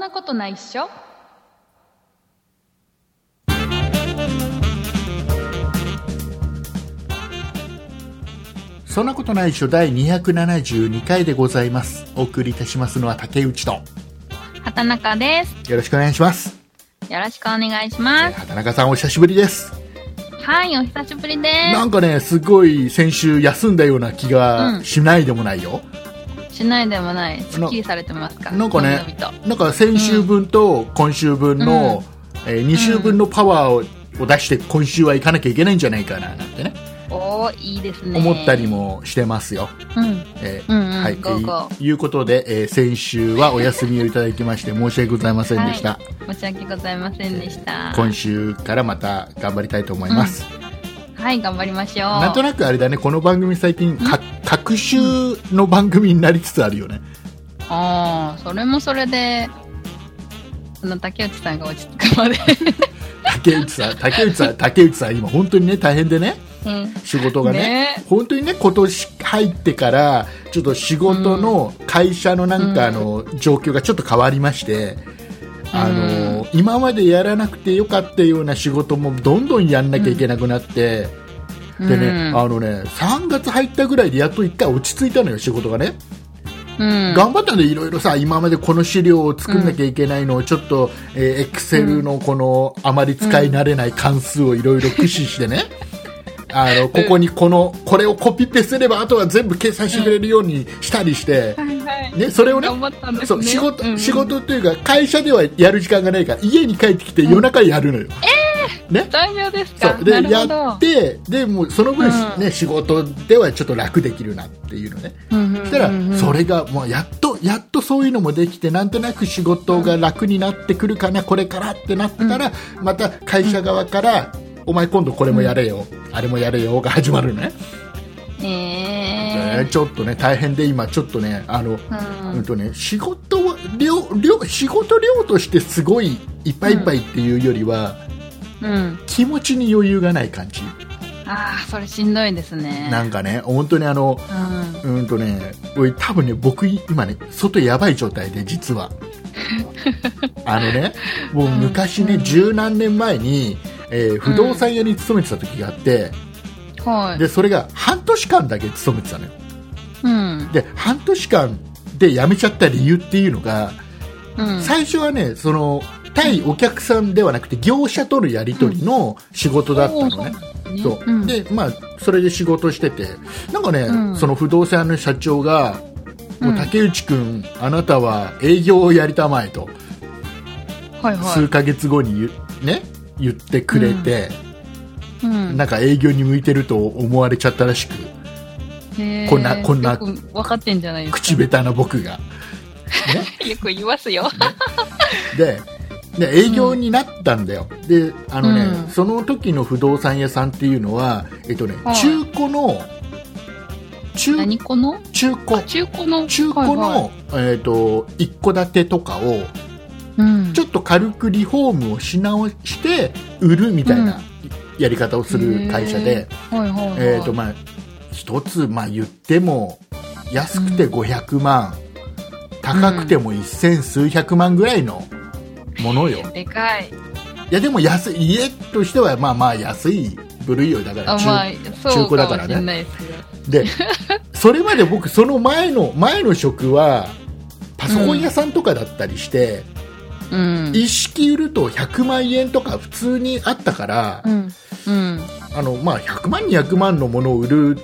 なことないっしょそんなことないっしょ第272回でございます。お送りいたしますのは竹内と。畑中ですよろしくお願いします。よろしくお願いしえまー畑中さんお久しぶりです。すはいお久しぶりでなんかね、すごい先週休んだような気うがんしないでもないよ。すしないでもないすっきりされてますかなんかのねびのびとなんか先週分と今週分の、え2週分のパワーをを出して今週は行かなきゃいけないんじゃないかななんてね、おおいいですね思ったりもしてますよ。うんえーうんうんはい、ゴーゴーえーいうことで、えー先週はお休みをいただきまして申し訳ございませんでした。申し訳ございませんでした今週からまた頑張りたいと思います。はい頑張りましょうなんとなくあれだね、この番組最近、か、各週の番組になりつつあるよね。ああそれもそれでその竹内さんが落ち着く まで竹内 さん、竹内さん、竹内さん、今本当にね、大変でね、うん仕事がね。ね本当にね、今年入ってから、ちょっと仕事の会社のなんかあの、状況がちょっと変わりまして、あの、今までやらなくてよかったような仕事もどんどんやんなきゃいけなくなって、でね、うんあのね、3月入ったぐらいでやっと一回落ち着いたのよ、仕事がね。うん頑張ったんでいろいろさ今までこの資料を作んなきゃいけないのをちょっとエクセルのこのあまり使い慣れない関数をいろいろ駆使して ね、あのここにこのこれをコピペすればあとは全部計算してくれるようにしたりして、はいはいね、それをね頑張ったんですねそう仕事うん仕事というか会社ではやる時間がないから家に帰ってきて夜中やるのよ。ね大丈夫ですそかうでなるやほどってでもうその分、うんね、仕事ではちょっと楽できるなっていうのね。うんうんうんうんそしたら、それが、もうやっと、やっとそういうのもできて、なんとなく仕事が楽になってくるかな、これからってなったら、また会社側から、お前今度これもやれよ、あれもやれよが始まるのね。えちょっとね、大変で今、ちょっとね、あの、ーうんとね、仕事は量、量、仕事量としてすごいいっぱいいっぱいっていうよりは、うん、うん、気持ちに余裕がない感じ。ああそれしんどいですねなんかね、本当にあの、うんうんとね、俺多分ね、僕今ね、外やばい状態で、実は。あのね、もう昔ね、うん十何年前に、えー不動産屋に勤めてた時があって、はいで、それが半年間だけ勤めてたのよ。うんで、半年間で辞めちゃった理由っていうのが、うん最初はね、その、対お客さんではなくて、業者とのやり取りの仕事だったのね。そうう。んで、まあ、それで仕事してて、なんかね、うんその不動産屋の社長が、もううん竹内くん、あなたは営業をやりたまえと、はいは数ヶ月後に言,、ね、言ってくれて、い、うんなんか営業に向いてると思われちゃったらしく、へーこんなこんなよく分かってんじゃないですか口下手な 僕が。よく言いますよで、で営業になったんだよ。で、あのね、うんその時の不動産屋さんっていうのは、えっとね、はい中古の、中、何この中古、中古の中古の、はいはいえっと、一戸建てとかを、うん、ちょっと軽くリフォームをし直して売るみたいなやり方をする会社で、はいはいはいえーとまあ、一つ、まあ、言っても安くてう500万、高くても1000数百万ぐらいのものよ、いでかいやでも安い家としてはまあまあ安い部類よだからあ中,、まあそう古だかかもらねしれないですけどでそれまで僕その前の前の職はパソコン屋さんとかだったりして、うん一式売ると100万円とか普通にあったから、うんうんあのまあ、100万、200万のものを売る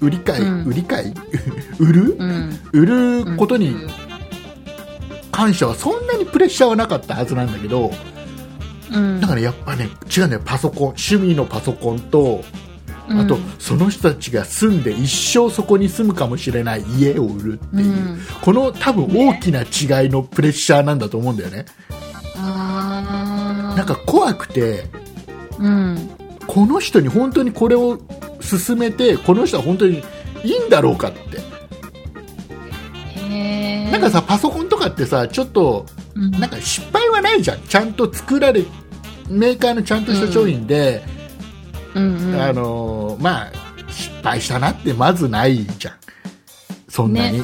売り買い、うん売り買い 売るうん売ることうにん感謝はそんなにプレッシャーはなかったはずなんだけどうんだからやっぱね違うんだよパソコン趣味のパソコンとうんあと、その人たちが住んで一生そこに住むかもしれない家を売るっていう、うんこの多分大きな違いのプレッシャーなんだと思うんだよねあーなんか怖くてうんこの人に本当にこれを勧めてこの人は本当にいいんだろうかってへーなんかさパソコンとかってさちょっとうんなんか失敗はないじゃんちゃんと作られメーカーのちゃんとした商品で、うんうんあのーまあ失敗したなってまずないじゃんそんなに、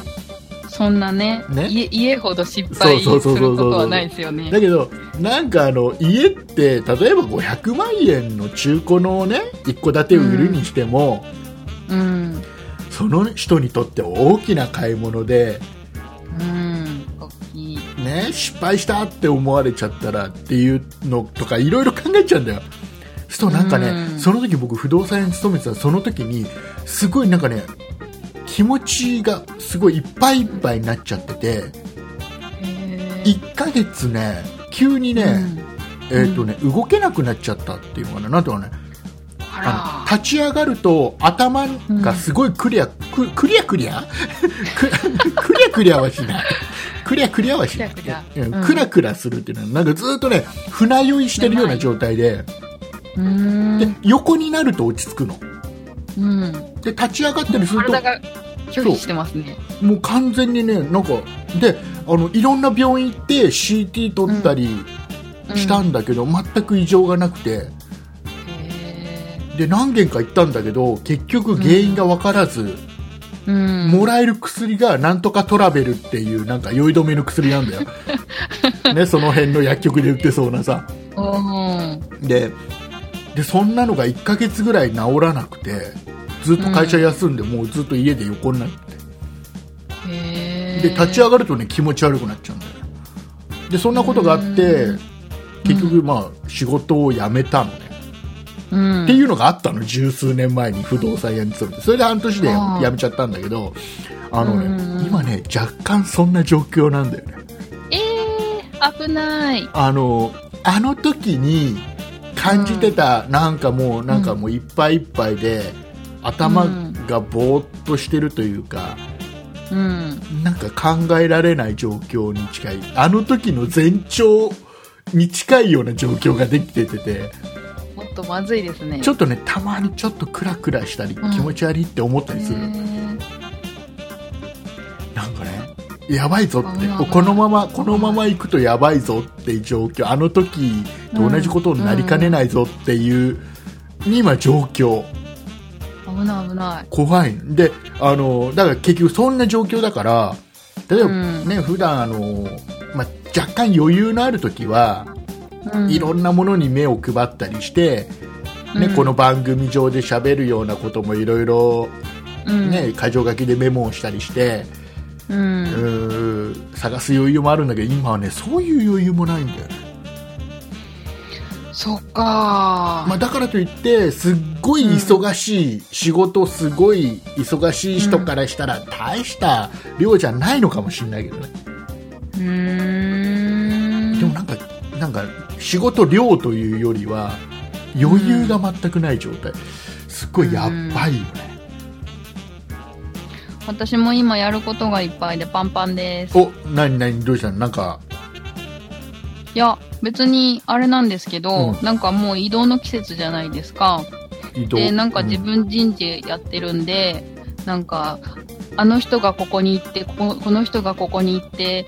そんなねね家家ほど失敗すそうるそうそうそうそこうとはないですよねだけどなんかあの家って例えば500万円の中古のね一戸建てを売るにしても、うんその人にとって大きな買い物で、うん大きいね、失敗したって思われちゃったらっていうのとかいろいろ考えちゃうんだよ。そうするとなんかね、うんその時僕不動産屋に勤めてたその時にすごいなんかね気持ちがすごいいっぱいいっぱいになっちゃっててへー1ヶ月ね急にね、えーとね、動けなくなっちゃったっていうのかななんていうのかねうん、ああの立ち上がると頭がすごいクリア、くクリアクリア くクリアクリアはしないクリアクリアはしないクリアクリアうんうんクラクラするっていうのはなんかずっとね船酔いしてるような状態でらうんで横になると落ち着くのうんで立ち上がったりする体とが拒否してますねもう完全にねなんかであのいろんな病院行って CT 取ったりしたうんんだけど、全く異常がなくて。へで何軒か行ったんだけど結局原因が分からず、ーうんもらえる薬がなんとかトラベルっていうなんか酔い止めの薬な んだよ、ね、その辺の薬局で売ってそうなさおーででそんなのが1ヶ月ぐらい治らなくてずっと会社休んで、もうずっと家で横になってへーで立ち上がるとね気持ち悪くなっちゃうんだよでそんなことがあってうん結局まあ仕事を辞めたのねうん、っていうのがあったの十数年前に不動産屋に勤めてそれで半年でああ辞めちゃったんだけどあのね、うんうん今ね若干そんな状況なんだよねえー、危ないあのあの時に感じてた、なんかもうなんかもういっぱいいっぱいで頭がぼーっとしてるというか、うんなんか考えられない状況に近いあの時の前兆に近いような状況ができてててもっとまずいですねちょっっとねたまにちょっとクラクラしたり、うん気持ち悪いって思ったとりするのなんかねやばいぞって危ない危ないこのままこのまま行くとやばいぞっていう状況あの時と同じことになりかねないぞっていう、今状況危ない危ない怖いであのだから結局そんな状況だから例えばうんね、普段あの、まあ、若干余裕のある時は、うんいろんなものに目を配ったりして、ねうんこの番組上で喋るようなこともいろいろ、ね箇条書きでメモをしたりして、うん、うんうーん探す余裕もあるんだけど今はねそういう余裕もないんだよね、そっかー、まあ、だからといってすっごい忙しい、仕事すごい忙しい人からしたら大した量じゃないのかもしれないけどね、うーんでもなんかなんか仕事量というよりは余裕が全くない状態すっごいやばいよね、私も今やることがいっぱいでパンパンですお何何どうしたのなんかいや別にあれなんですけど、うんなんかもう移動の季節じゃないですか移動でなんか自分人事やってるんで、なんかあの人がここに行ってこここの人がここに行って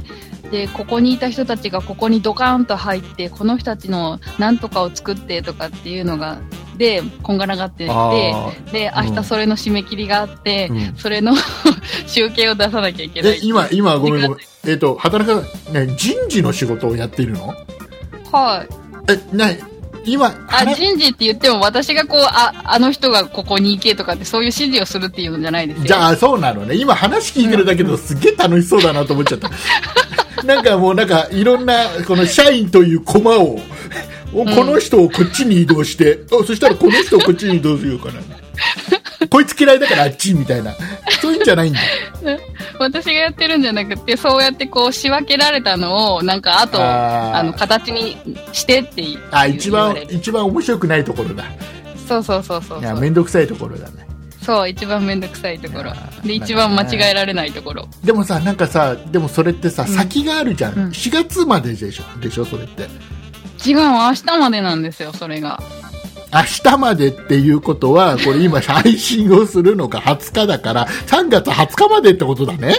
でここにいた人たちがここにドカーンと入ってこの人たちのなんとかを作ってとかっていうのがでこんがらがってうんてあでうん明日それの締め切りがあって、ーうんそれの 集計を出さなきゃいけないえ今今ごめんごめんえっ、と働かない、ね、人事の仕事をやっているのはいえ、ない、今、あれ人事って言っても私がこうああの人がここに行けとかってそういう指示をするっていうのじゃないですよじゃあ、そうなのね。今話聞いてるだけど、すげえ楽しそうだなと思っ ちゃった。なんかもう、なんか、いろんな、この社員という駒を、おこの人をこっちに移動して、あそしたらこの人をこっちに移動するかな。こいつ嫌いだからあっちみたいな。そういうんじゃないんだ。私がやってるんじゃなくてそうやってこう仕分けられたのをなんかあとあーあの形にしてって言あ、言一わ番れ、る一番面白くないところだ。そうそうそうそういそや、うめんどくさいところだね。そう一番めんどくさいところいやーで一番間違えられないところでもさ、なんかさ、でもそれってさ、ん先があるじゃん。うん4月まででしょ、でしょ、それって。違う明日までなんですよそれが明日までっていうことは、これ今配信をするのが20日だから、3月20日までってことだね。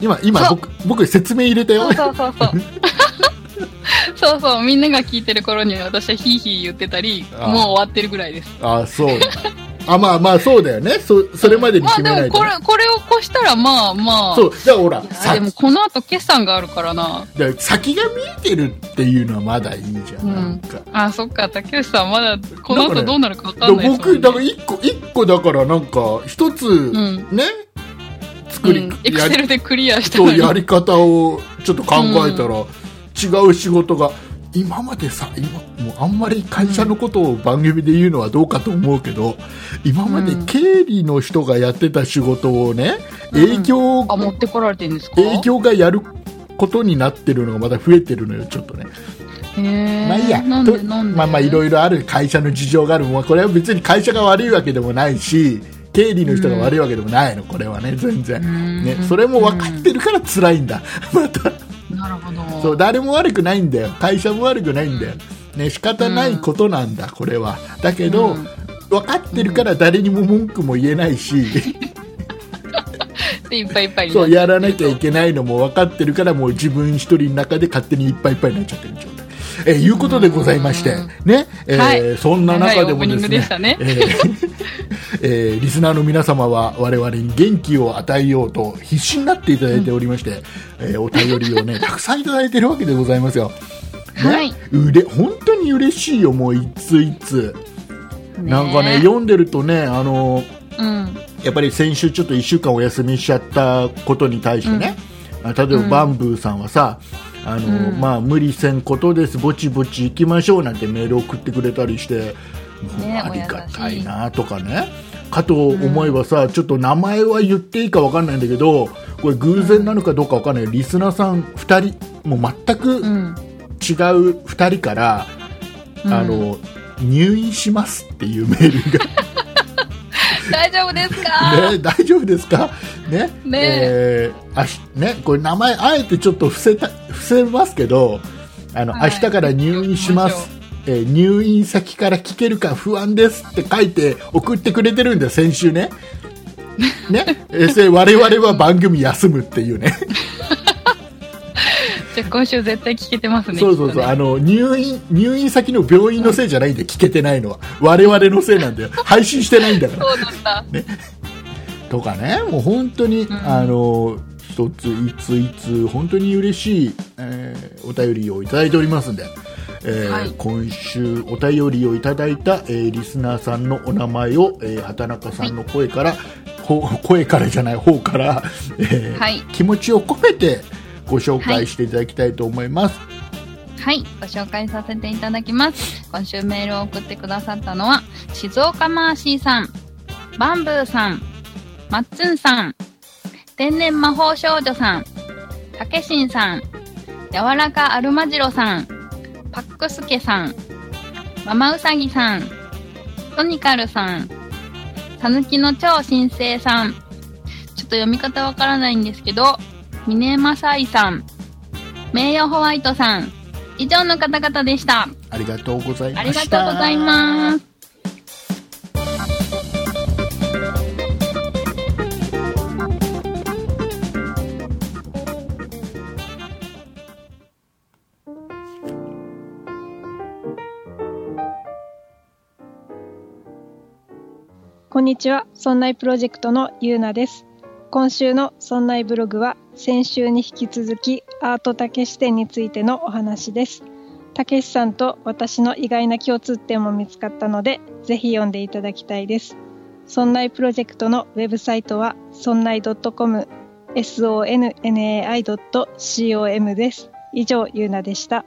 今、今、そう僕、僕説明入れたよそう。そうそうそう そうそうみんなが聞いてる頃には私はヒーヒー言ってたりあーもう終わってるぐらいですあ、そう。あまあまあそうだよねそそれまでにまあ決めでないもとこね、れ、これを越したらまあまあ。そうだからほらいやさでもこの後決算があるからな。だから先が見えてるっていうのはまだいいじゃん,、うんなんかあ、そっか、竹内さんまだこのだから後どうなるかわだかからんないですもん僕ねだから一個一個だからなんか一つ、んね作り、エクやセルでクリアしたそのうに。やり方をちょっと考えたら、違う仕事が今までさ今もうあんまり会社のことを番組で言うのはどうかと思うけど今までうん経理の人がやってた仕事をねうん営業、あ、持ってこられてるんですか営業がやることになってるのがまだ増えてるのよちょっとねへーまあいいやなんでとなんでまあまあいろいいろある会社の事情がある、まあ、これは別に会社が悪いわけでもないし経理の人が悪いわけでもないの、これはね全然、ね、それも分かってるから辛いんだ、 またなるほど。そう誰も悪くないんだよ会社も悪くないんだよ、ね、仕方ないことなんだ、これはだけど、うん分かってるから誰にも文句も言えないし、でいっぱいいっぱいになそっうちゃやってらなきゃいけないのも分かってるからもう自分一人の中で勝手にいっぱいいっぱいになっちゃってる状態。えーいうことでございまして、ね、えーはいそんな中でもですね、長いオープえーえーリスナーの皆様は我々に元気を与えようと必死になっていただいておりまして、えーお便りを ね、たくさんいただいてるわけでございますよ。ね、はい、うれ本当に嬉しいよ、もういついつ。ねなんかね、読んでるとね、あのーうん。やっぱり先週ちょっと1週間お休みしちゃったことに対してね、あ例えばうんバンブーさんはさ、あのうんまあ、無理せんことですぼちぼち行きましょうなんてメール送ってくれたりして、もうねありがたいなとかねかと思えばさ、ちょっと名前は言っていいかわかんないんだけどこれ偶然なのかどうかわかんないリスナーさん2人もう全く違ううん。 2人から、うんあの入院しますっていうメールが大丈夫ですかね、大丈夫ですか、ねねえーあしね、これ名前あえてちょっと伏せた伏せますけどあの、はい明日から入院します、えー入院先から聞けるか不安ですって書いて送ってくれてるんだよ先 週ね。ね、えーそれ我々は番組休むっていうねじゃあ今週絶対聞けてますね。そうそうきっそとう、ねあの入院入院先の病院のせいじゃないんで聞けてないのは我々のせいなんだよ配信してないんだからそうなんだ。とかね、もう本当に、んあの、一ついついつ、本当に嬉しい、えーお便りをいただいておりますんで、えーはい今週お便りをいただいた、えーリスナーさんのお名前を、えー畑中さんの声から、ほ声からじゃない方から、えーはい気持ちを込めてご紹介していただきたいと思います。はい、ご紹介させていただきます。今週メールを送ってくださったのは、静岡マーシーさん、バンブーさん、マッツンさん、天然魔法少女さん、たけしんさん、柔らかアルマジロさん、パックスケさん、ママウサギさん、トニカルさん、さぬきの超新星さん、ちょっと読み方わからないんですけど、ミネマサイさん、名誉ホワイトさん、以上の方々でした。ありがとうございまありがしとた。うございます。こんにちは、そんないプロジェクトのゆうなです。今週のそんないブログは、先週に引き続きアートたけし展についてのお話です。たけしさんと私の意外な共通点も見つかったので、ぜひ読んでいただきたいです。そんないプロジェクトのウェブサイトは、そんない .com、sonnai.com です。以上、ゆうなでした。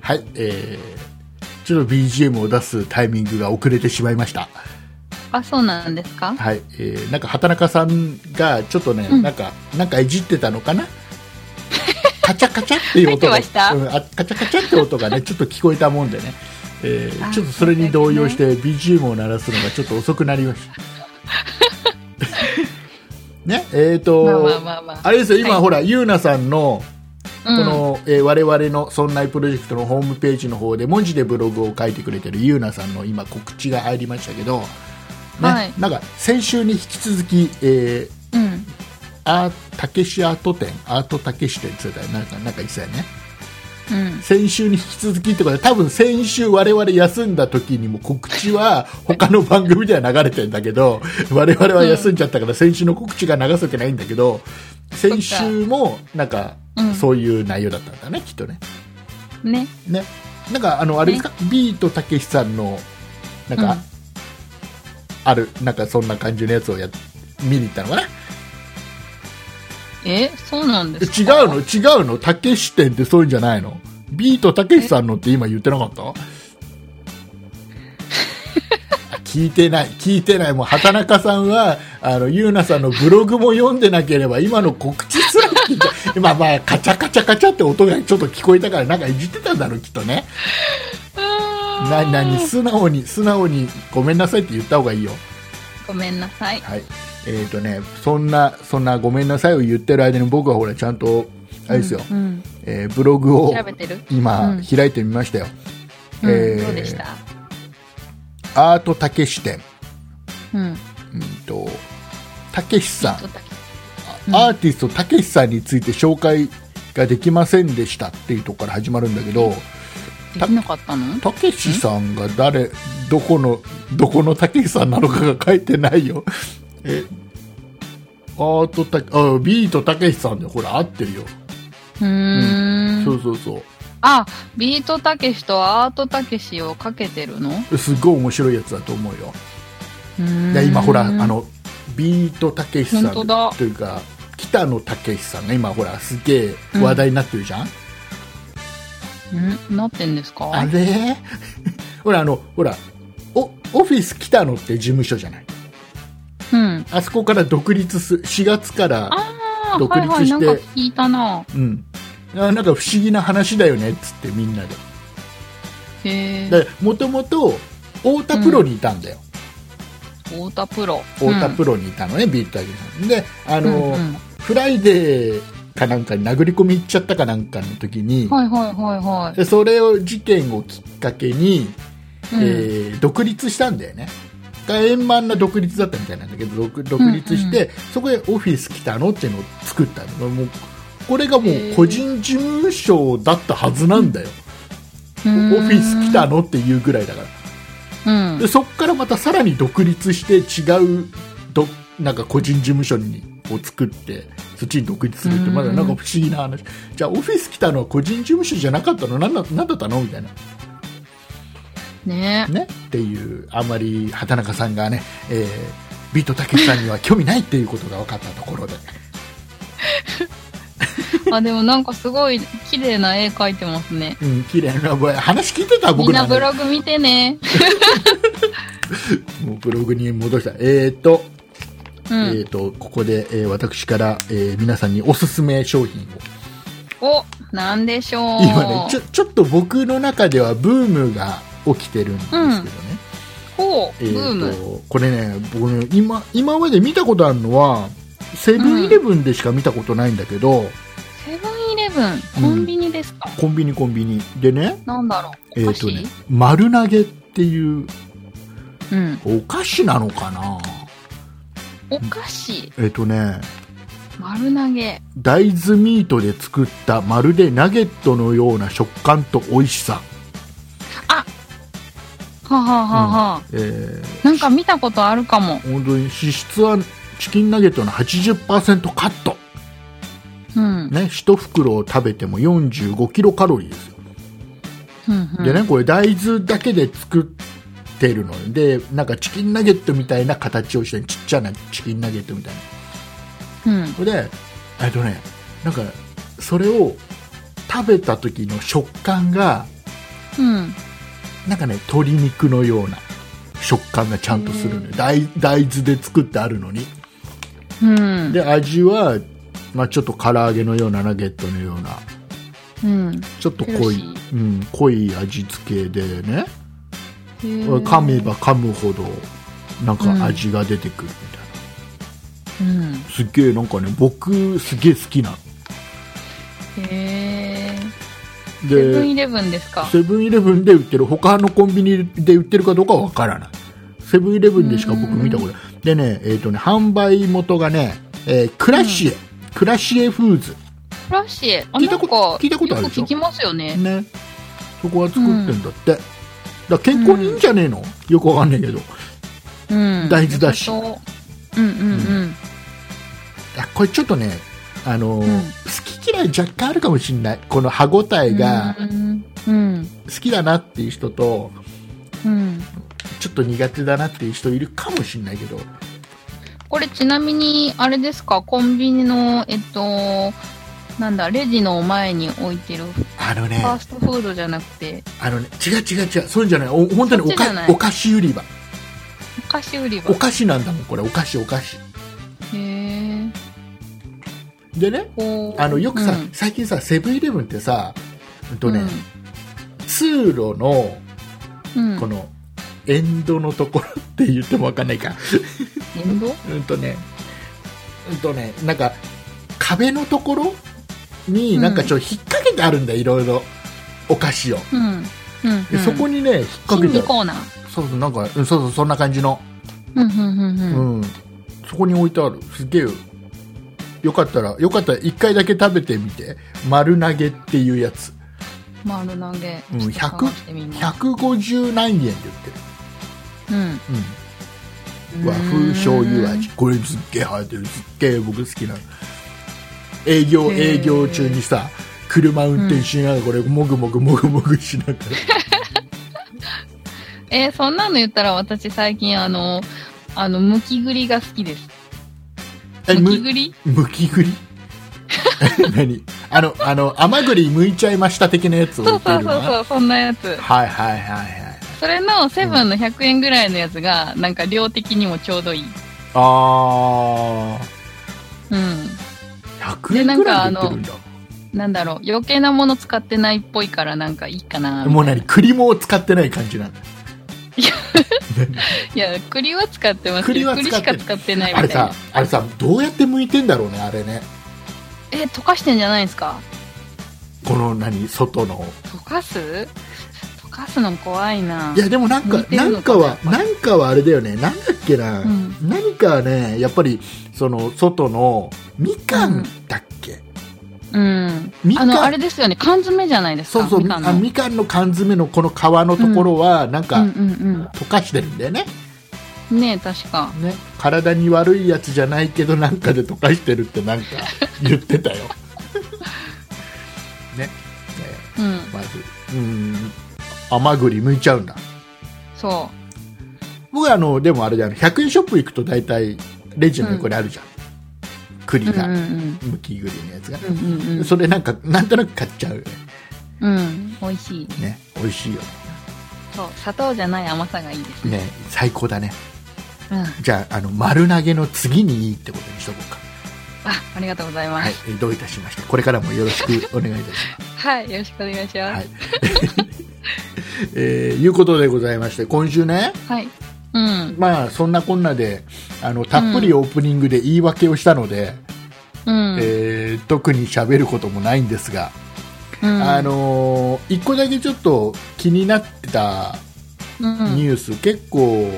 はい、えーちょっと BGM を出すタイミングが遅れてしまいました。あ、そうなんですかはい、えー、なんか畑中さんがちょっとね、うんなんかなんかいじってたのかな。カチャカチャっていう音が、入ってましたうん、あカチャカチャって音 がね、ちょっと聞こえたもんでね。えーあちょっとそれに 動揺して BGM を鳴らすのがちょっと遅くなりました。ね、えっ、と、まあまあまあまあ。あれですよ、今、はいほら、ゆうなさんの、ここ、の、えー我々のそんないプロジェクトのホームページの方で、文字でブログを書いてくれてるゆうなさんの今、告知が入りましたけど、ね、はいなんか、先週に引き続き、えー、うん。あたけしアート展、アートたけし展って言ってたよなんか、なんか言ってたよね。うん。先週に引き続きってことで、多分先週我々休んだ時にも告知は他の番組では流れてんだけど、 我々は休んじゃったから先週の告知が流せてないんだけど、先週もなんかうんそういう内容だったんだね、きっとね。ね。ね。なんかあの、あれですか、ビートたけしさんの、なんか、うんある、なんかそんな感じのやつをやっ見に行ったのかなえ、そうなんです違かうの違うのたけし店ってそういうんじゃないのビートたけしさんのって今言ってなかった あ聞いてない聞いてないもう畑中さんはあのゆうなさんのブログも読んでなければ今の告知すら聞いて 今まあカチャカチャカチャって音がちょっと聞こえたからなんかいじってたんだろうきっとねうーんな何素直に素直にごめんなさいって言った方がいいよごめんなさい。はい、えっ、とねそんなそんなごめんなさいを言ってる間に僕はほらちゃんとあれですよ、うん。えーブログを調べてる今、うん開いてみましたよ、うんえーどうでしたアートたけし店うん。うんとたけしさんどうだっけうんアーティストたけしさんについて紹介ができませんでしたっていうところから始まるんだけどできなかったのたけしさんが誰どこのどこのたけしさんなのかが書いてないよえアートたあビートたけしさんでほら合ってるよ、うーそん。うそうそうあ、ビートたけしとアートたけしをかけてるのすっごい面白いやつだと思うよでで今ほらあのビートたけしさん本当だというか北野たけしさんが今ほらすげえ話題になってるじゃん、んなってんですかあれ ほらあのほらおオフィス北野って事務所じゃないうん。あそこから独立す4月からああ、独はい立はい、しなんてか聞いたな。うんあなんか不思議な話だよねっつってみんなでへえ。でもともと太田プロにいたんだよ、太田プロ。太田プロにいたのね、ビートたけしさんであうんの、うんフライデーかなんかに殴り込み行っちゃったかなんかの時に、うんはいはいはいはでそれを事件をきっかけに、い。うんえー独立したんだよねが円満な独立だったみたいなんだけど独独立して、そこでオフィス来たのっていうのを作ったのもうこれがもへうー個人事務所だったはずなんだよ、オフィス来た。のっていうぐらいだからうんで。そこからまたさらに独立して違うどなんか個人事務所にを作ってそっちに独立するってまだなんか不思議な話じゃあオフィス来たのは個人事務所じゃなかったのなんだなんだったのみたいなねねっていうあまり畑中さんがね、えービートたけしさんには興味ないっていうことが分かったところであ、でもなんかすごい綺麗な絵描いてますね。うん綺麗な声話聞いてたみ僕んならブのログ見てね。もうブログに戻したえっ、と,、うえん。ー、とここで、えー私から、えー皆さんにおすすめ商品をお、なんでしょう。今ねちょちょっと僕の中ではブームが起きてるんですけどね、ほう、えブーーム。とこれね僕ね今今まで見たことあるのはセブンイレブンでしか見たことないんだけど、セブンイレブン、コンビニですか、コンビニコンビニでねなんだろえっ、う。お菓と子、ね丸投げっていううん。お菓子なのかなお菓子、えっ、とね丸投げ。大豆ミートで作ったまるでナゲットのような食感と美味しさ、はあ、はあはあはあえーなんか見たことあるかも。本当に脂質はチキンナゲットの80%カットうん。ね、1袋を食べても45キロカロリーですよ、うんうんでねこれ大豆だけで作ってるのでなんかチキンナゲットみたいな形をしてちっちゃなチキンナゲットみたいなうん。それでえっとねなんかそれを食べた時の食感がうん。なんかね鶏肉のような食感がちゃんとするのよ大大豆で作ってあるのにうん。で味は、まあ、ちょっと唐揚げのようなナゲットのようなうん。ちょっとヘル濃シい、うん、濃い味付けでねへえ噛めば噛むほどなんか味が出てくるみたいうん。すっげえなんかね僕すげえ好きなのへえ。セブンイでレブンですか。セブンイレブンで売ってる他のコンビニで売ってるかどうかはわからないセブンイレブンでしか僕見たことないでね,、えーとね販売元がね、えークラシエ、クラシエフーズフラッシュ。あ聞いたことなんか聞いたことあるよくでしょ聞きますよね。ねそこは作ってんだって、だから健康にいいんじゃねえの、よくわかんないけどうん。大豆だし良さそううんうんうん。あこれちょっとねあのうーん好き嫌い若干あるかもしれないこの歯ごたえがうんうん好きだなっていう人と、うん。ちょっと苦手だなっていう人いるかもしれないけどこれちなみに、あれですか、コンビニの、えっと、なんだ、レジの前に置いてるフあのねァーストフードじゃなくて、あのね違う違う違うそういうんじゃないお本当におそっちじゃかないお菓子売り場お菓子売り場お。菓子なんだもんこれお菓子お菓子へえ。でねこう。あのよくさ、うん最近さセブンイレブンってさ、うんとね通路のうん。このエンドのところって言ってもわかんないかエンドうんとね、うんとね、なんか壁のところになんかちょっと引っ掛けてあるんだよ、いろいろお菓子を。うん。うん。でそこににね、引っ掛け心て理ある。コーナー。そうそう、なんか、うんそうそう、そんな感じの。うんうんうんううん。ん。そこに置いてある。すげえよ。よかったら、よかったら一回だけ食べてみて。丸投げっていうやつ。丸投げ。うんちょっと探してみます150何円で売ってる。うん。うん。和風醤油味。これすっげえ流行ってる。すっげえ僕好きなの。営業、へー営業中にさ、車運転しながらこれ、もぐもぐもぐもぐしな がら。えーそんなの言ったら私最近あの、あの、むき栗が好きです。え、むきむ、栗むき栗 何あの、あの、甘栗剥いちゃいました的なやつを売そうっていそうるのそうはそう、そんなやつ。はいはいはいはい。それのセブンの100円ぐらいのやつが、なんか量的にもちょうどいい。あうん。あ100円ぐらいで売ってるんだなんだろう、余計なもの使ってないっぽいからなんかいいかな。もう何栗も使ってない感じなんだいや、栗は使ってます栗よ。は栗使しってかる使ってないみ たあれいなさ。あれさどうやって剥いてんだろうねあれねえー、溶かしてんじゃないですかこの何外の溶かす溶かすの怖いな。いやでもなんか剥いてなるんのかかはなんかはあれだよねなんだっけな、うん何かねやっぱりその外のみかんだっけ、うん。みかあんの、あれですよね。缶詰じゃないですそか。うそうみみかかんんののあみかんの缶詰のこの皮のところはなんうかんうん溶かしてるんだよね,、うん。ねえ、確か。ね体に悪いやつじゃないけどなんかで溶かしてるってなん か言ってたよねえうん。ーまずうん甘栗剥いちゃうんだそ僕はあのでもあれだよね100円ショップ行くと大体レジの横にあるじゃん、栗う。うんうが、んうん。むき栗のやつが、うんうんうんそれなんかなんとなく買っちゃうよねうん。美味しい。ね美味しいよそう。砂糖じゃない甘さがいいです。ね最高だねうん。あ、じゃああの丸投げの次にいいってことにしとこうかありがとうございまはいす。、えーどういたしましてこれからもよろしくお願いいたします。はい。よろしくお願いしまはすい。 えーいうことでございまして今週ね、はい。うん。まあ、そんなこんなであのたっぷりオープニングで言い訳をしたので、うん。えー特に喋ることもないんですが、うんあ、のー一個だけちょっと気になってたうんニュース、結構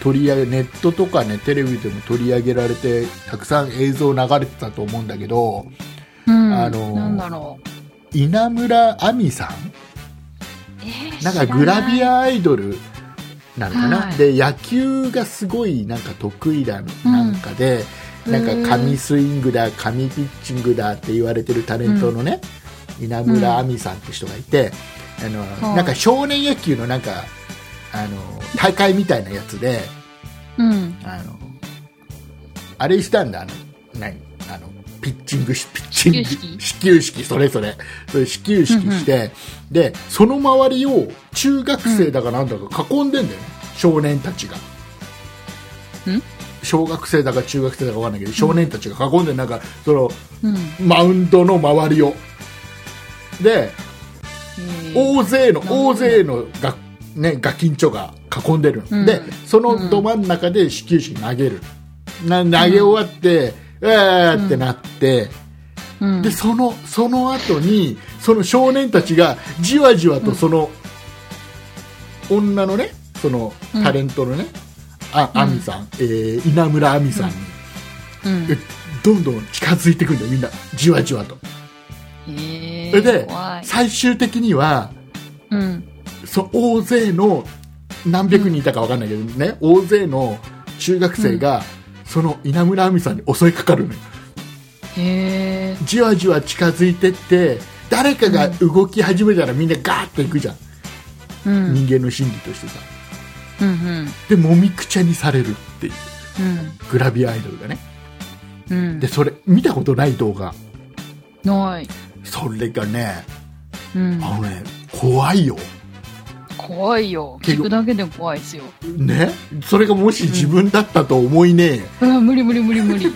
取り上げネットとか、ね、テレビでも取り上げられてたくさん映像流れてたと思うんだけどうんあのーなんだろう。稲村亜美さんえーなんかグラビ。アアイドルなのかな、はいで野球がすごいなんか得意だの、うんなんかでへなんーか神スイングだ神ピッチングだって言われてるタレントのね、稲村亜美さんって人がいて、あのいなんか少年野球のなんかあの大会みたいなやつで知らないうん。あのあれしたんだあの何あのピッチングしピッチング始球式始球式それそれそれ始球式して、でその周りを中学生だかなんだか囲んでんだよね、少年たちがん小学生だか中学生だかわかんないけど少年たちが囲んでなんかそのうん。マウンドの周りをでえー大勢のなるほど大勢のが、ね、ガキンチョが囲んでるの、うんでそのうんど真ん中で始球式投げるな投げ終わって、うわーってなって、うんでそのその後にその少年たちがじわじわとその、女のねそのうんタレントのね、あうん亜美さん、えー稲村亜美さんに、うんえどんどん近づいてくんだよみんなじわじわとへそれで怖い最終的にはうんそ大勢の何百人いたか分かんないけどね、大勢の中学生が、その稲村亜美さんに襲いかかるのよへーじわじわ近づいてって誰かが動き始めたらみんなガーッといくじゃん、うんうん人間の心理としてさうんでもみくちゃにされるっていううんグラビアアイドルがねうんでそれ見たことない動画ないそれがねうんあのね怖いよ怖いよけ聞どくだけで怖いですよねそれがもし自分だったと思いねえよ、うわ無理無理無理 無理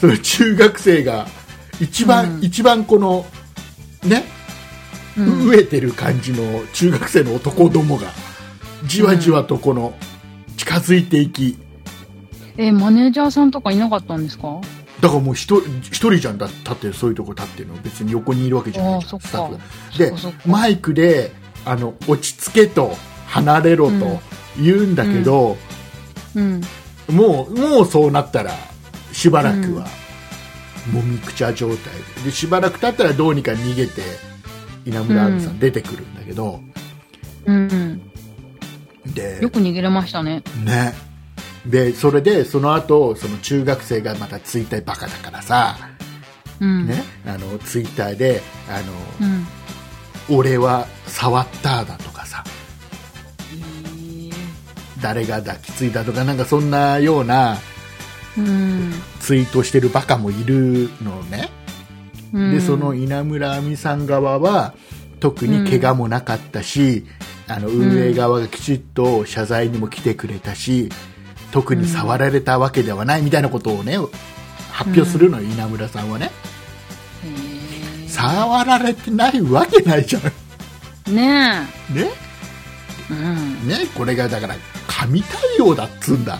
その中学生が一番、うん一番このね、うん飢えてる感じの中学生の男どもがじわじわとこの近づいていきえマネージャーさんとかいなかったんですかだからもう一人一人じゃんだ立ってるそういうとこ立ってるの別に横にいるわけじゃないじゃあんースタッフがそっでかそっかマイクであの落ち着けと離れろと言うんだけど、うんもうもうそうなったらしばらくは、もみくちゃ状態ででしばらく経ったらどうにか逃げて稲村亜美さうんん出てくるんだけど、うんでよく逃げれましたねねでそれでその後その中学生がまたツイッターバカだからさ、うんね、あのツイッターであの、うん俺は触っただとかさ誰が抱きついたとかなんかそんなようなうんツイートしてるバカもいるのね、うんでその稲村亜美さん側は特に怪我もなかったし、あの運営側がきちっと謝罪にも来てくれたし特に触られたわけではないみたいなことをね発表するのよ、稲村さんはねへー触られてないわけないじゃん ねねえうんね、これがだから神対応だっつうんだ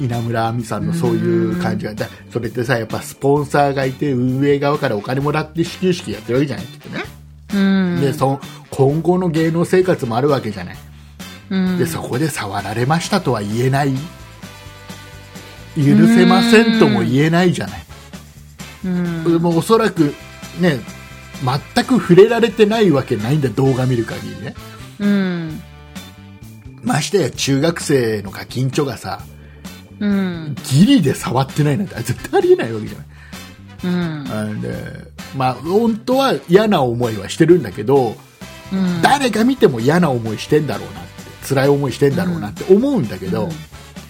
稲村亜美さんのそういう感じがだそれってさやっぱスポンサーがいて運営側からお金もらって始球式やってるわけじゃないきっとね、うんでそ今後の芸能生活もあるわけじゃないうんでそこで触られましたとは言えない許せませんとも言えないじゃないうんでもおそらくね全く触れられてないわけないんだ動画見る限りねうんましてや中学生のガキンチョがさうんギリで触ってないなんて絶対ありえないわけじゃないうんあのねまあ本当は嫌な思いはしてるんだけど、うん誰が見ても嫌な思いしてんだろうなって辛い思いしてんだろうなって思うんだけど、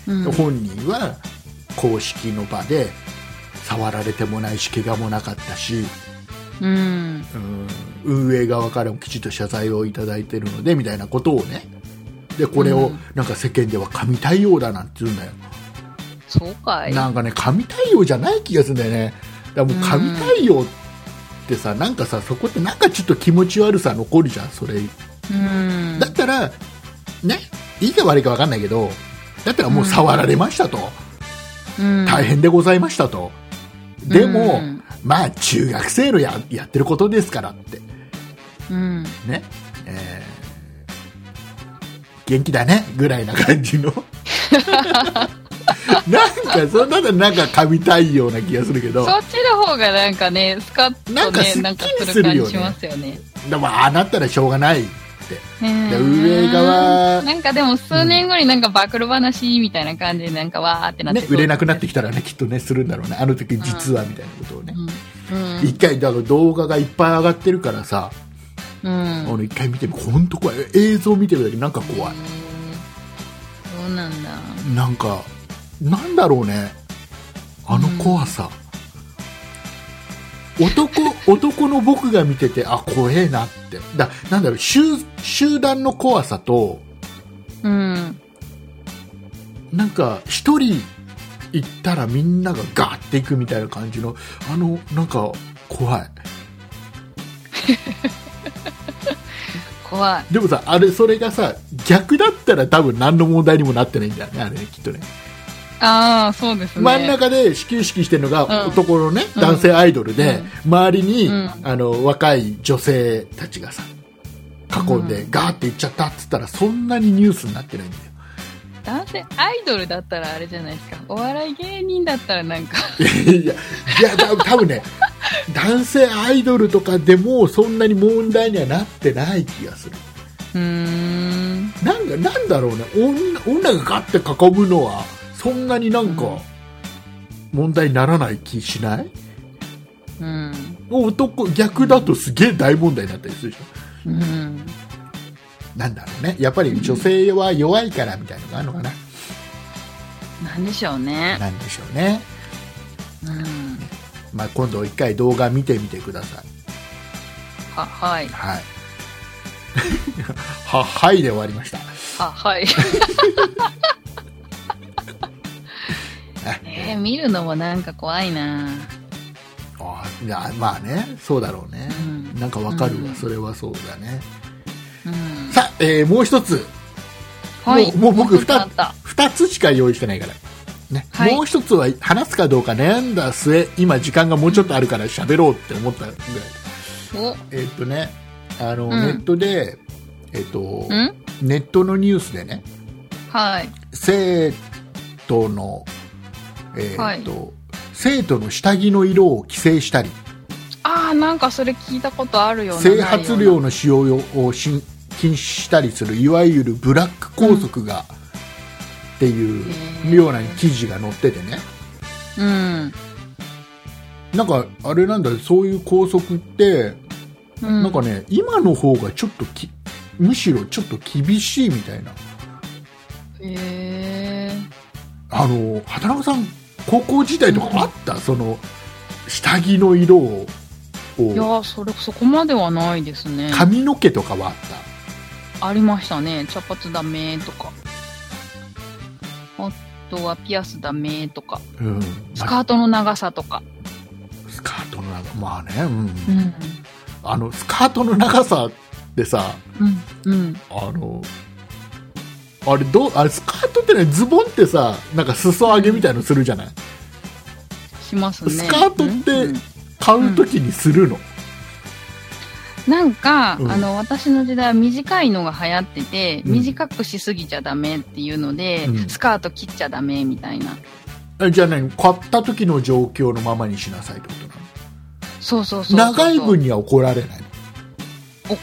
うん本人は公式の場で触られてもないし怪我もなかったし、うんうん運営側からもきちっと謝罪をいただいてるのでみたいなことをねでこれうをんなんか世間では神対応だなんて言うんだよ、そうかいなんかね神対応じゃない気がするんだよねだからもう神対応ってさ、なんかさそこってなんかちょっと気持ち悪さ残るじゃんそれうんだったらねいいか悪いか分かんないけどだったらもう触られましたと、うん大変でございましたとでうも、んまあ中学生のややってることですからってうんね、えー元気だねぐらいな感 じのなんかそんなのなんか神対応な気がするけどそっちの方がなんかねスカッとねなんかすっきりなんかする感じすしるよねますよねでもああなったらしょうがないでうん運営側なんかでも数年後になんか暴露話みたいな感じでなんかわーってなってね、そう売れなくなってきたらねきっとねするんだろうねあの時実はみたいなことをね、うん一回だから動画がいっぱい上がってるからさ、うんあの一回見ても本当怖い映像見てるだけなんか怖い、そうなんだなんかなんだろうねあの怖さ、男男の僕が見ててあ怖えなってだなんだろう集集団の怖さとうんなんか一人行ったらみんながガーっていくみたいな感じのあのなんか怖い怖いでもさあれそれがさ逆だったら多分何の問題にもなってないんだよねあれねきっとねあああ、そうですね。真ん中で始球式してるのがうん男のね、うん男性アイドルで、周りに、うんあの若い女性たちがさ囲んでうガーって行っちゃったっつったらそんなにニュースになってないんだよ 男性アイドルだったらあれじゃないですか。お笑い芸人だったらなんか、いやいやだ多分ね男性アイドルとかでもそんなに問題にはなってない気がするうーん。なんかなんだろうね女女がガッて囲むのはそんなになんか問題にならない気しないうん。男逆だとすげえ大問題になったりするでしょうん。なんだろうねやっぱり女性は弱いからみたいなのがあるのかななんでしょうね。なんでしょうね、うん。まあ、今度一回動画見てみてくださいは、はい。はい ははいで終わりましたあ、 はい。えー、見るのもなんか怖いなあいやまあねそうだろうね、うんなんかわかるわ、うんそれはそうだねうん。さあ、えーもう一つもうもう僕ちょっとあった。二つしか用意してないから、ねはいもう一つは話すかどうか悩んだ末今時間がもうちょっとあるから喋ろうって思ったぐらいお、えーっとねあの、んネットでえーっとんネットのニュースでねはい。生徒のえはーいっと、生徒の下着の色を規制したりああ、なんかそれ聞いたことあるような。整髪料の使用をし禁止したりするいわゆるブラック校則が、っていうような記事が載っててねうん。なんかあれなんだそういう校則って、うん。なんかね今の方がちょっときむしろちょっと厳しいみたいなへえあの畑中さん高校時代とかあった、その下着の色をいやをーそれそこまではないですね髪の毛とかはあったありましたね茶髪ダメとかあとはピアスダメとかうん、スカートの長さとかスカートの長まあね、うん、うんあのスカートの長さってさうんうんあのあれどうあれスカートってねズボンってさなんか裾上げみたいのするじゃないしますねスカートってうんうん買う時にするの、なんか、うんあの私の時代は短いのが流行ってて、うん短くしすぎちゃダメっていうので、うんスカート切っちゃダメみたいなえじゃあ何買った時の状況のままにしなさいってことなのそうそうそうそう長い分には怒られない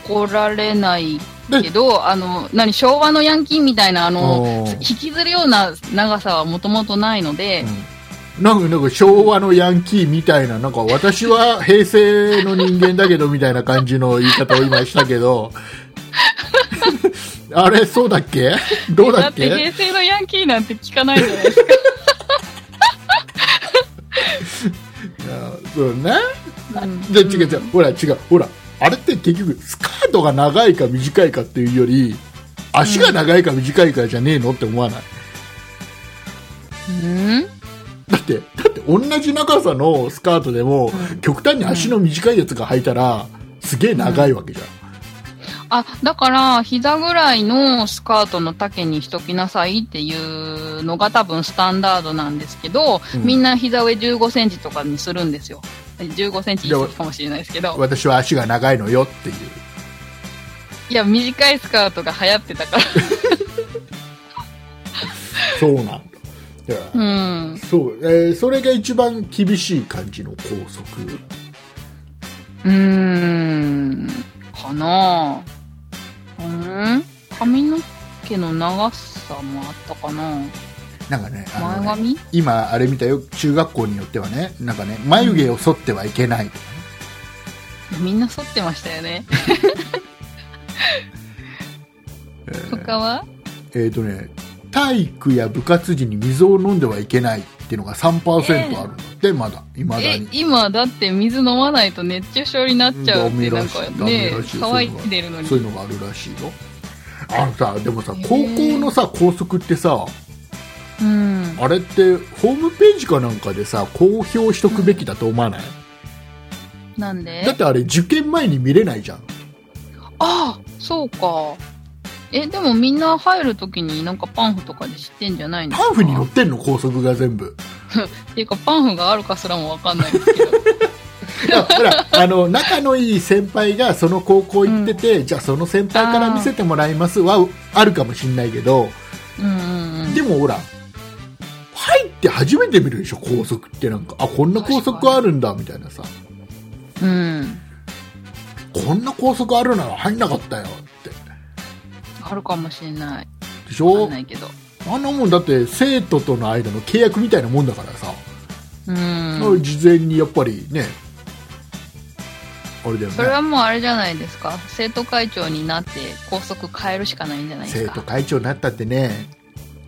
怒られないでけど、あの、何、昭和のヤンキーみたいな、あおの、ー引きずるような長さはもともとないので、うんなんかなんか昭和のヤンキーみたいななんか私は平成の人間だけどみたいな感じの言い方を今したけど あれそうだっけどうだっけって平成のヤンキーなんて聞かないじゃないですか。あそうねうん で違う違う、ほら違うほらあれって結局スカートが長いか短いかっていうより足が長いか短いかじゃねえのって思わないうんだってだって同じ長さのスカートでも、極端に足の短いやつが履いたらすげえ長いわけじゃん、あ、だから、膝ぐらいのスカートの丈にしときなさいっていうのが多分スタンダードなんですけど、うんみんな膝上15センチとかにするんですよ。15センチ言い過ぎかもしれないですけど。私は足が長いのよっていういや、短いスカートが流行ってたから。そうなんだだかうらん。そうえーそれが一番厳しい感じの校則うーん、かなぁ。うん髪の毛の長さもあったかななんかねあのね前髪今あれ見たよ中学校によってはねなんかね眉毛を剃ってはいけないとかね、みんな剃ってましたよね。 えー他はえーとね、体育や部活時に水を飲んではいけないっていうのが3%あるんだって、まだ、いまだえに、。今だって水飲まないと熱中症になっちゃうって、なんかダメねらしい、ダメら乾しいいてるのにそう。いうのがあるらしいよ。あのさ、でもさへ、ー高校のさ、校則ってさ、うん。あれって、ホームページかなんかでさ、公表しとくべきだと思わない、なんでだってあれ、受験前に見れないじゃん。ああ、そうか。え、でもみんな入るときになんかパンフとかで知ってんじゃないんですかパンフに乗ってんの高速が全部。っていうかパンフがあるかすらもわかん ないですけど。いやほら、あの、仲のいい先輩がその高校行ってて、じゃあその先輩から見せてもらいますは、あるかもしんないけど、うんうんうん。でもほら、入って初めて見るでしょ、高速ってなんか。あ、こんな高速あるんだ、みたいなさ。うん。こんな高速あるなら入んなかったよって。あるかもしれない。でしわかょんないけど。あんなもんだって生徒との間の契約みたいなもんだからさ、うん。事前にやっぱりねあれだよそれねはもうあれじゃないですか。生徒会長になって校則変えるしかないんじゃないです生徒か。会長になったってね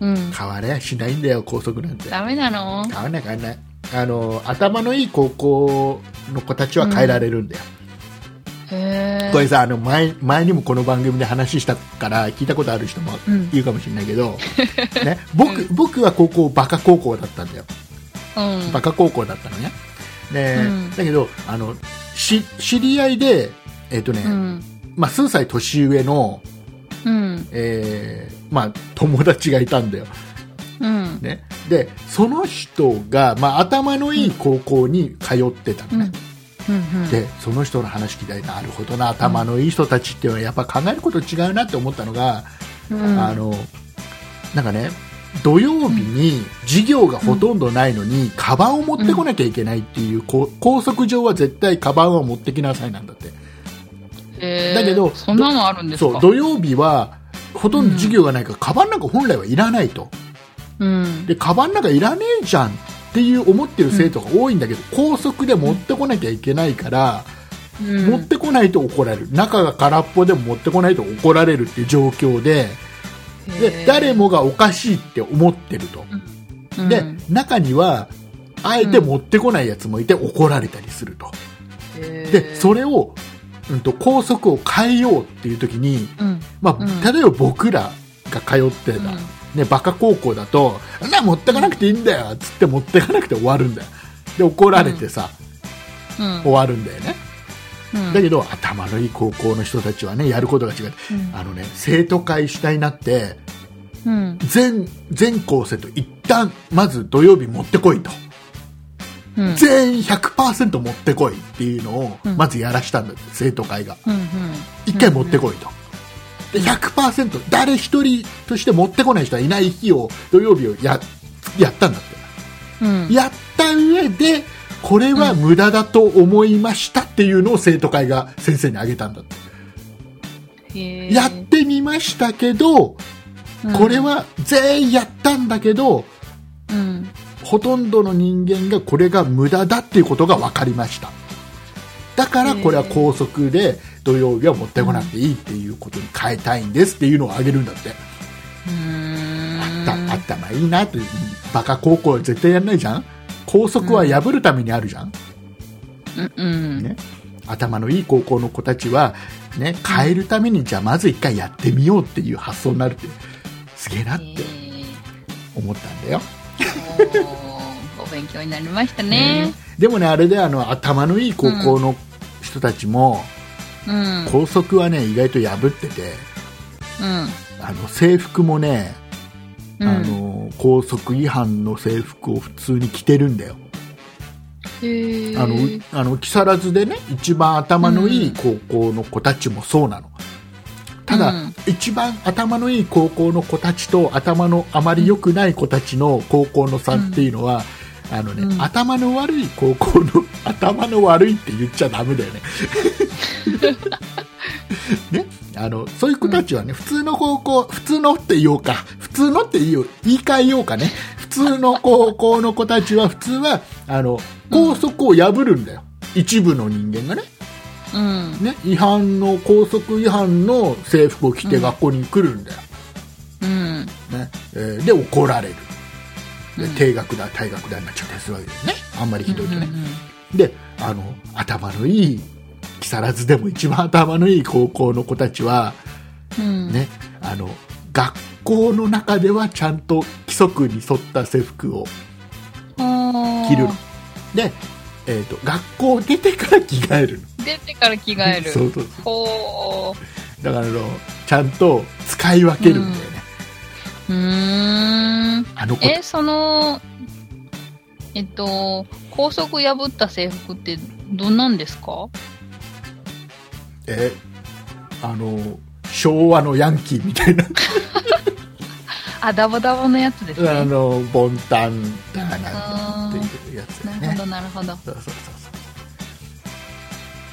うん。変われやしないんだよ校則なんてダメなの変わんない変わんないあの頭のいい高校の子たちは変えられるんだよ、へこえ。れさあの前前にもこの番組で話したから聞いたことある人もうんいるかもしれないけ ど、ね、僕僕は高校バカ高校だったんだようん。バカ高校だったのね。でうんだけどあのし知り合いで、えっとねうん。まあ、数歳年上の、うん。えーまあ、友達がいたんだよ、うん。ね、でその人が、まあ、頭のいい高校に通ってたうのん。ね、うん。でその人の話聞いたらなるほどな頭のいい人たちっていうのはやっぱ考えること違うなって思ったのが、うん。あのなんかね土曜日に授業がほとんどないのに、カバンを持ってこなきゃいけないっていう、こう高速上は絶対カバンは持ってきなさいなんだってへーだけどそんなのあるんですかそう土曜日はほとんど授業がないから、カバンなんか本来はいらないとうん。でカバンなんかいらねえじゃんっていう思ってる生徒が多いんだけど、高速で持ってこなきゃいけないから、うん持ってこないと怒られる中が空っぽでも持ってこないと怒られるっていう状況でへでー誰もがおかしいって思ってると。うんでへ中にはあえて持ってこないやつもいて怒られたりすると、ーでそれを、うん、と校則を変えようっていう時に、うんまうんあ、例えば僕らが通ってた、うんね、バカ高校だと「あんな持ってかなくていいんだよ」っつって持ってかなくて終わるんだよで怒られてさ、うん終わるんだよねうんだけど頭のいい高校の人たちはねやることが違ってうんあのね生徒会主体になってうん全全校生徒一旦まず土曜日持ってこいと。うん全員100%持ってこいっていうのをうんまずやらしたんだって、生徒会がうん1回持ってこいと、で100%誰一人として持ってこない人はいない日を土曜日をややったんだってうんやった上でこれは無駄だと思いましたっていうのを生徒会が先生にあげたんだって、へーやってみましたけどこれは全員やったんだけどうんほとんどの人間がこれが無駄だっていうことが分かりましただからこれは高速で土曜日は持ってこなくていいっていうことに変えたいんですっていうのをあげるんだって、うーんだあったまいいなってバカ高校は絶対やんないじゃん高速は破るためにあるじゃん、うんうんね頭のいい高校の子たちは、ね、変えるためにじゃあまず一回やってみようっていう発想になるってすげえなってへ思ったんだよーおーお勉強になりましたねうんでもねあれであの頭のいい高校の人たちも、うん校則はね意外と破っててうんあの制服もね、うんあの校則違反の制服を普通に着てるんだよ、へーあのうあの木更津でね一番頭のいい高校の子たちもそうなの、ただ、うん一番頭のいい高校の子たちと頭のあまり良くない子たちの高校の差っていうのは、あのねうん頭の悪い高校の頭の悪いって言っちゃダメだ よねねあのそういう子たちはね、普通の高校普通のって言おうか普通のって言おう言い換えようかね普通の高校の子たちは普通はあの校則を破るんだよ、一部の人間がねうんね違反の校則違反の制服を着て学校に来るんだよ、うんねえーで怒られるでうん定額だ退学だになっちゃったりするわけですねあんまりひどいとね、うんであの頭のいい木更津でも一番頭のいい高校の子たちは、うんねあの学校の中ではちゃんと規則に沿った制服をうん着るので、えー、と学校出てから着替えるの 出てから着替えるそうそうほーだからあのちゃんと使い分けるんだよね、うーん。あの子え、その、えっと、校則破った制服ってどんなんですかえあの昭和のヤンキーみたいなあ、ダボダボのやつですね。あのボンタンだなんだっていうやつだよなるねほど、なるほど。そうそうそう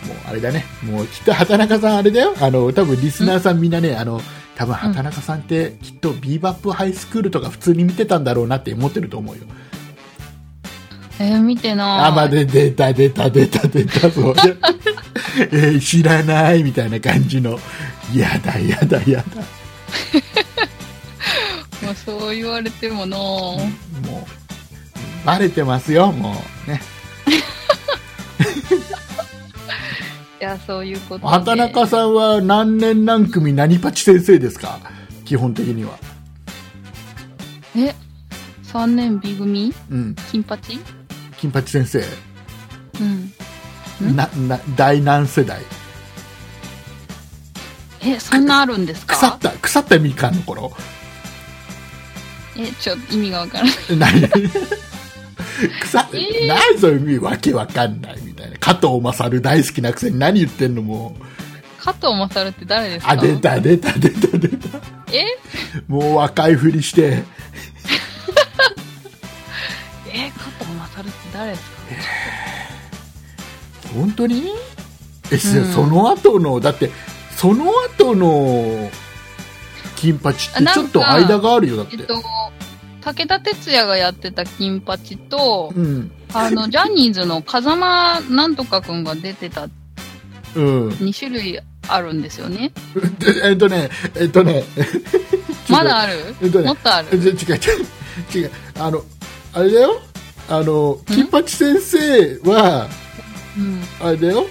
そうもうあれだねもうきっと畑中さんあれだよあの多分リスナーさんみんなねあの多分畑中さんってきっとビーバップハイスクールとか普通に見てたんだろうなって思ってると思うよえー見てなあいまあで出た出た出た出 たそうえー知らないみたいな感じのやだやだやだまあそう言われてもなもうバレてますよもうねいや、そういうことで。畑中さんは何年何組何パチ先生ですか基本的にはえ、3年 B 組うん金八金八先生うん。んなな第何世代え、そんなあるんです腐かった腐ったみかんの頃 え、ちょっと意味がわからない。何 腐っ、えー何そういう意味わけわかんないみたいな加藤勝大好きなくせに何言ってんのもう加藤勝って誰ですかあ出た出た出た出たえもう若いふりしてえ、加藤勝って誰ですか本当にえ、うんその後のだってその後の金八ってちょっとあなんか間があるよだって、えっと、武田鉄矢がやってた金八と、うんあ の、ジャニーズの風間なんとかくんが出てたうん 2種類あるんですよね。でえっとねえっとね まだあるえっとねもっとあ違うる違う違う違うあのあれだよあの金八先生はうん。あれだよ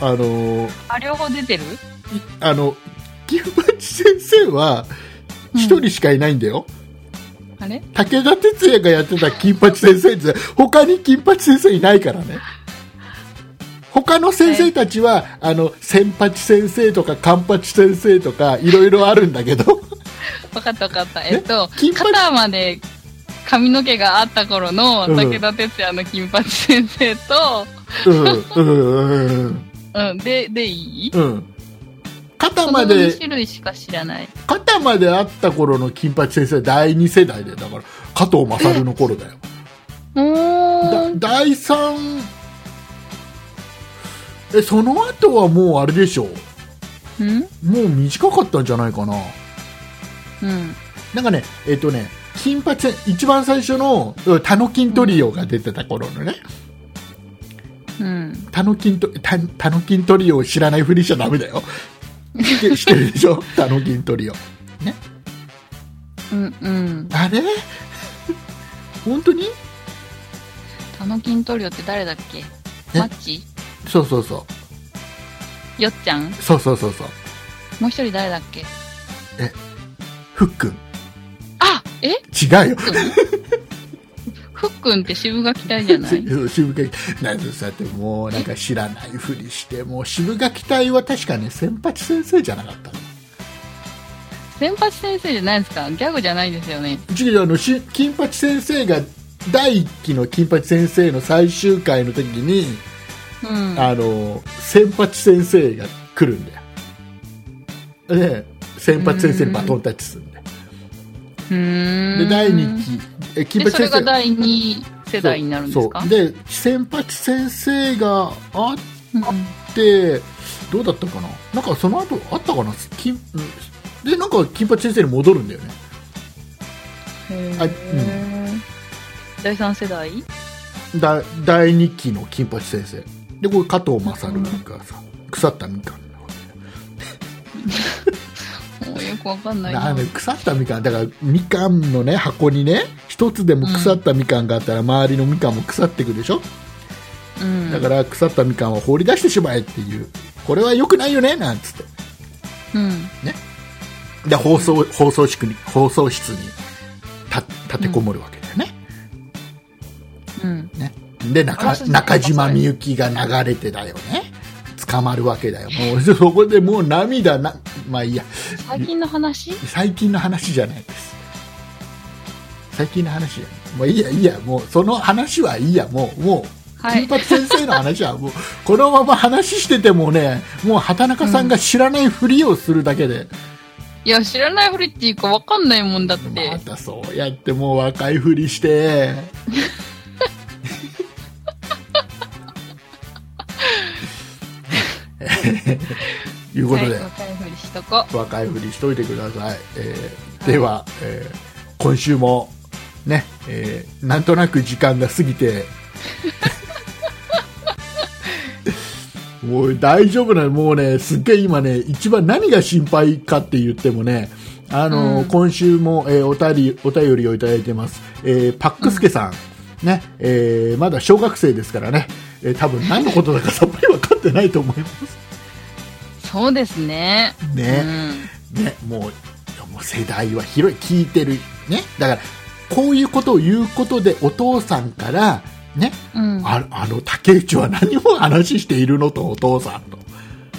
あのいあ、両方出てるあの金八先生はうん一人しかいないんだよ、あれ武田鉄矢がやってた金八先生って他に金八先生いないからね他の先生たちは、あの千八先生とか勘八先生とかいろいろあるんだけどわかったわかった。えっと金、八肩まで髪の毛があった頃のうん武田鉄矢の金八先生と、うんうんうんうん、で、でいいうん肩そまので2種類しか知らない。肩まであった頃の金八先生は第2世代でだから加藤勝の頃だよおだー。第3えその後はもうあれでしょうんもう短かったんじゃないかなうん。なんかねえっ、とね金八先一番最初のうんタノキントリオが出てた頃のねうん。タノキントタタノキントリオを知らないふりしちゃダメだよ してしてるでしょタノキントリオうん。うん。あれ本当にタノキントリオって誰だっけえマッチそうそうそよっちゃんうそうそうそうそうもう一人誰だっけふっくんあえ違うよふっくんって渋垣隊じゃない そう渋垣なんでそうやってもうなんか知らないふりしてもう渋垣隊は確かね先八先生じゃなかったの先発先生じゃないですかギャグじゃないですよね。次あのし金八先生が第一期の金八先生の最終回の時に、うん。あの先八先生が来るんだよで先八先生にバトンタッチするんだようーん。で第二期え金で、八それ先が生第二世代になるんですかそうそうで先八先生があうんってどうだったかななんかその後あったかな金うんでなんか金八先生に戻るんだよねへあうー第三世代だ第2期の金八先生でこれ加藤勝がさ腐ったみかんなわもうよくわかんけないだな。あの腐ったみかんだからみかんのね箱にね一つでも腐ったみかんがあったら周りのみかんも腐ってくでしょ、うん。だから腐ったみかんは放り出してしまえっていうこれは良くないよねなんつってうん。で放送放送室に放送室にた立てこもるわけだよね、うん。ね、であら中そうですね中島みゆきが流れてだよね捕まるわけだよ。もう、そこでもう涙な、まあいいや、最近の話最近の話じゃないです。最近の話じゃない。もういいや、いいや、もう、その話はいいや、もう、もう、はい金八先生の話は、もう、このまま話しててもね、もう、畑中さんが知らないふりをするだけで、いや、知らないふりっていうかわかんないもんだって。またそうやってもう若いふり して、 いうことで、はい、若いふりしとこ。若いふりしといてください、えーでは、えー今週もね、えーなんとなく時間が過 ぎてもう大丈夫なのもうねすっげえ今ね一番何が心配かって言ってもねあの、うん今週も、えーお便りお便りをいただいてます、えーパックスケさん、ねえーまだ小学生ですからね、えー多分何のことだかさっぱり分かってないと思いますそうですね。ね、ね、もういやもう世代は広い聞いてる、ね、だからこういうことを言うことでお父さんから、ねうん。うん。あああの竹内は何を話しているのとお父さんと、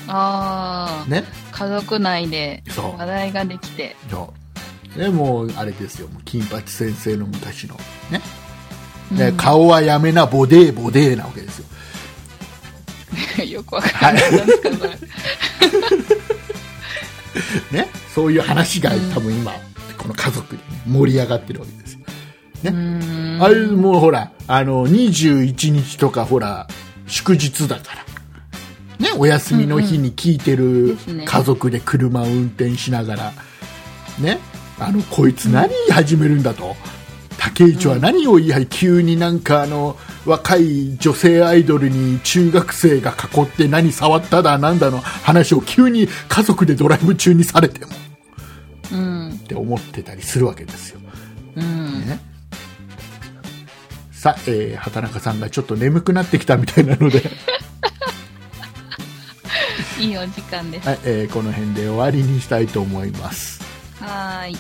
あー、ね、家族内でそう話題ができて。そうねもうあれですよもう金八先生の昔の、ねねうん顔はやめなボデーボデーなわけですよ よくわかんない。なんですかそれね、そういう話がうん多分今、この家族で、ね、盛り上がってるわけですよねうんあれもうほらあの21日とかほら祝日だから、ね、お休みの日に聞いてるですね家族で車を運転しながら、ね、あのこいつ何言い始めるんだと。竹内は何を言い張り急になんかあの若い女性アイドルに中学生が囲って何触っただなんだの話を急に家族でドライブ中にされてもっうん。て思ってたりするわけですよ。うん。ね、さあ、えー畑中さんがちょっと眠くなってきたみたいなので、 いいお時間です。はいえーこの辺で終わりにしたいと思います。はーい。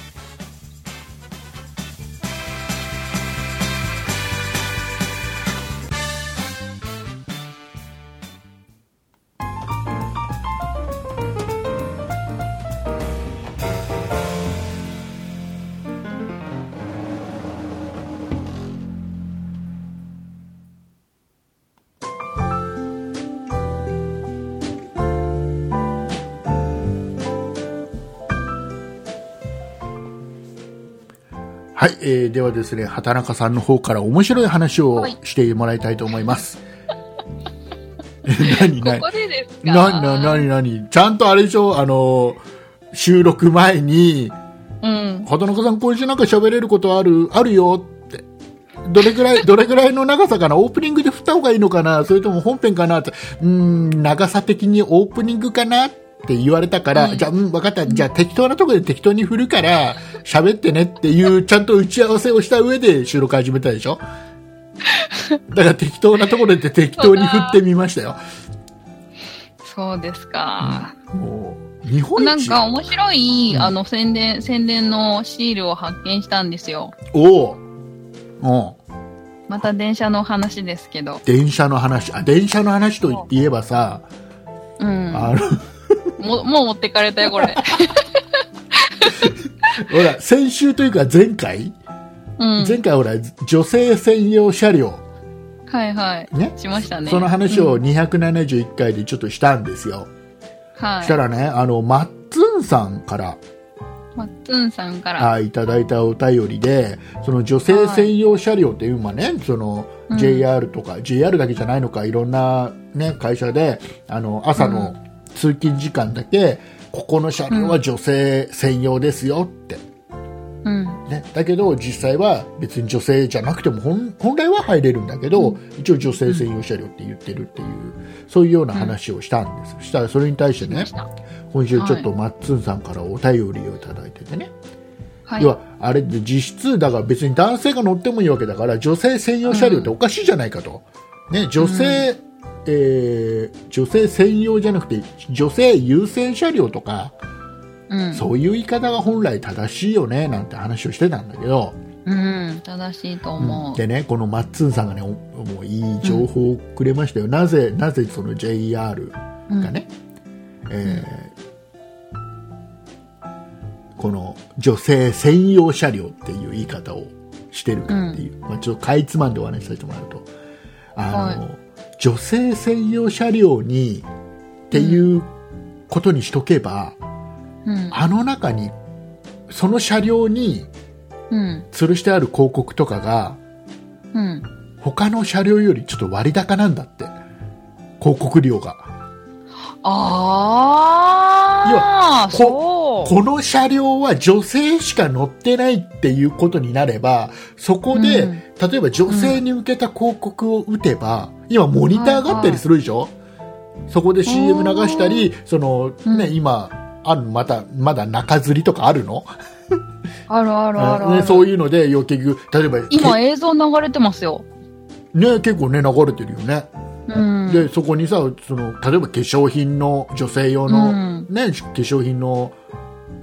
はい、えーではですね、畑中さんの方から面白い話をはいしてもらいたいと思います。え何こ何こでですか何何何何ちゃんとあれでしょあのー収録前に、うん。畑中さん今週なんか喋れることあるあるよってどれぐら いどれぐらいの長さかなオープニングで振った方がいいのかなそれとも本編かなってうーん長さ的にオープニングかなって言われたから、うんじゃあ、うん、分かった。じゃあ、適当なところで適当に振るから、喋ってねって いう、ちゃんと打ち合わせをした上で収録始めたでしょだから適当なところで適当に振ってみましたよ。そうですか。もう、日本一。なんか面白い、うんあの、宣伝、宣伝のシールを発見したんですよ。おううん。また電車の話ですけど。電車の話。あ、電車の話と言って言えばさ、うん。あの、ももう持ってかれたよ、こ れ。ほら、先週というか前回、うん。前回ほら、女性専用車両、はいはい。ね。しましたね。その話うをん271回でちょっとしたんですよ。はい。したらね、あの、マッツンさんから、マッツンさんから。あいただいたお便りで、その女性専用車両っていうのはね、そのうん JR とか、JR だけじゃないのか、いろんなね、会社で、あの、朝の通勤時間だけ、ここの車両は女性専用ですよって。うん。ね、だけど実際は別に女性じゃなくても本本来は入れるんだけど、一応女性専用車両って言ってるっていうそういうような話をしたんです、したらそれに対してしねました。今週ちょっとマッツンさんからお便りをいただいててね、はい要。はあれで実質だから別に男性が乗ってもいいわけだから女性専用車両っておかしいじゃないかと、ね、女性、えー女性専用じゃなくて女性優先車両とかうん。そういう言い方が本来正しいよねなんて話をしてたんだけど、うん、正しいと思う。でね、このマッツンさんがね、おもういい情報をくれましたよ。なぜ、なぜその JR うんがね、えーこの女性専用車両っていう言い方をしてるかっていう、まあ、ちょっとかいつまんでお話しさせてもらうと、あの、女性専用車両にっていうことにしとけば、うん、あの中に、その車両にうん、吊るしてある広告とかが、うん。他の車両よりちょっと割高なんだって広告料がああ、いやそう。この車両は女性しか乗ってないっていうことになればそこで、うん例えば女性に向けた広告を打てば、今モニターがあったりするでしょ、そこで CM 流したりその、ねうん今あるまたまだ中吊りとかあるのあるあるあるある。ね、そういうのでよ結局例えば今け映像流れてますよ。ね、結構ね流れてるよね、うん。でそこにさその例えば化粧品の女性用うの、ん、ね、化粧品の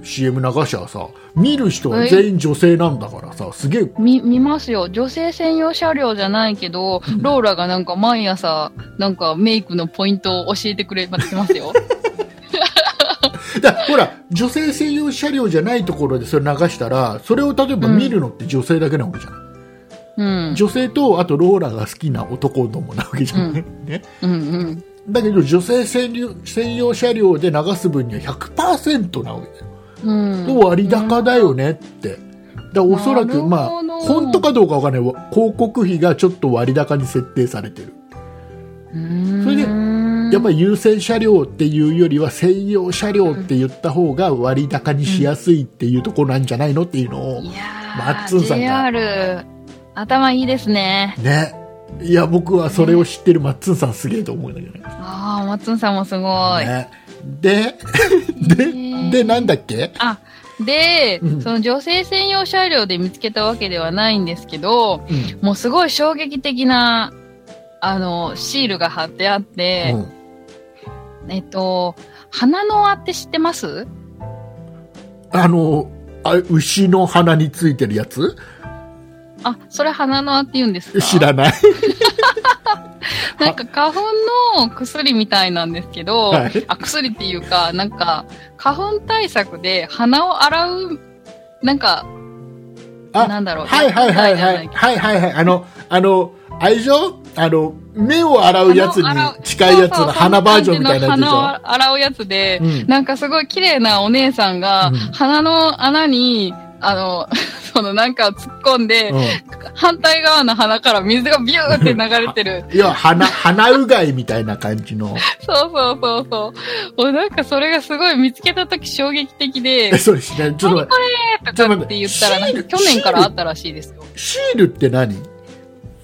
CM 流しはさ見る人は全員女性なんだからさすげえみ見ますよ。女性専用車両じゃないけど、ローラがなんか毎朝、なんかメイクのポイントを教えてくれてます よ。だほら女性専用車両じゃないところでそれ流したらそれを例えばうん見るのって女性だけなわけじゃない、うん。女性とあとローラが好きな男どもなわけじゃない、ね、うんうん。だけど女性専用専用車両で流す分には100%なわけだようん。と割高だよねって。だからおそらなるほく、どまあ、本当かどうかわかんないわ。広告費がちょっと割高に設定されてる。うん。それでややっぱり優先車両っていうよりは専用車両って言った方が割高にしやすいっていうところなんじゃないのっていうのを、いやーマッツンさんが JR、頭いいですね。ね。いや、僕はそれを知ってるマッツンさんすげえと思うんだけどね。ああ、マッツンさんもすごい。ね で、で、で、なんだっけあ、で、うんその女性専用車両で見つけたわけではないんですけど、うんもうすごい衝撃的な、あの、シールが貼ってあって、うんえっと、花の輪って知ってますあの、あ牛の鼻についてるやつあ、それ花の輪って言うんですか知らない。なんか花粉の薬みたいなんですけど、はいあ薬っていうか、なんか、花粉対策で鼻を洗う、なんか、あなんだろう。はいはいはいはい。はいはいはい。あの、あの、あれでしょあの、目を洗うやつに近いやつの鼻バージョンみたいなやつでし鼻ょを洗うやつで、うんなんかすごい綺麗なお姉さんが、うん鼻の穴に、あの、 そのなんか突っ込んで、う反対側の鼻から水がビューって流れて る。ん。いや、鼻、鼻うがいみたいな感じ の。そうそうそうそう。おなんかそれがすごい見つけた時衝撃的でえ、、そうですね。 ちょっと待何っこれとかって言ったら、ちょなっと待ってんか去年からあったらしいですよ。て。シールって何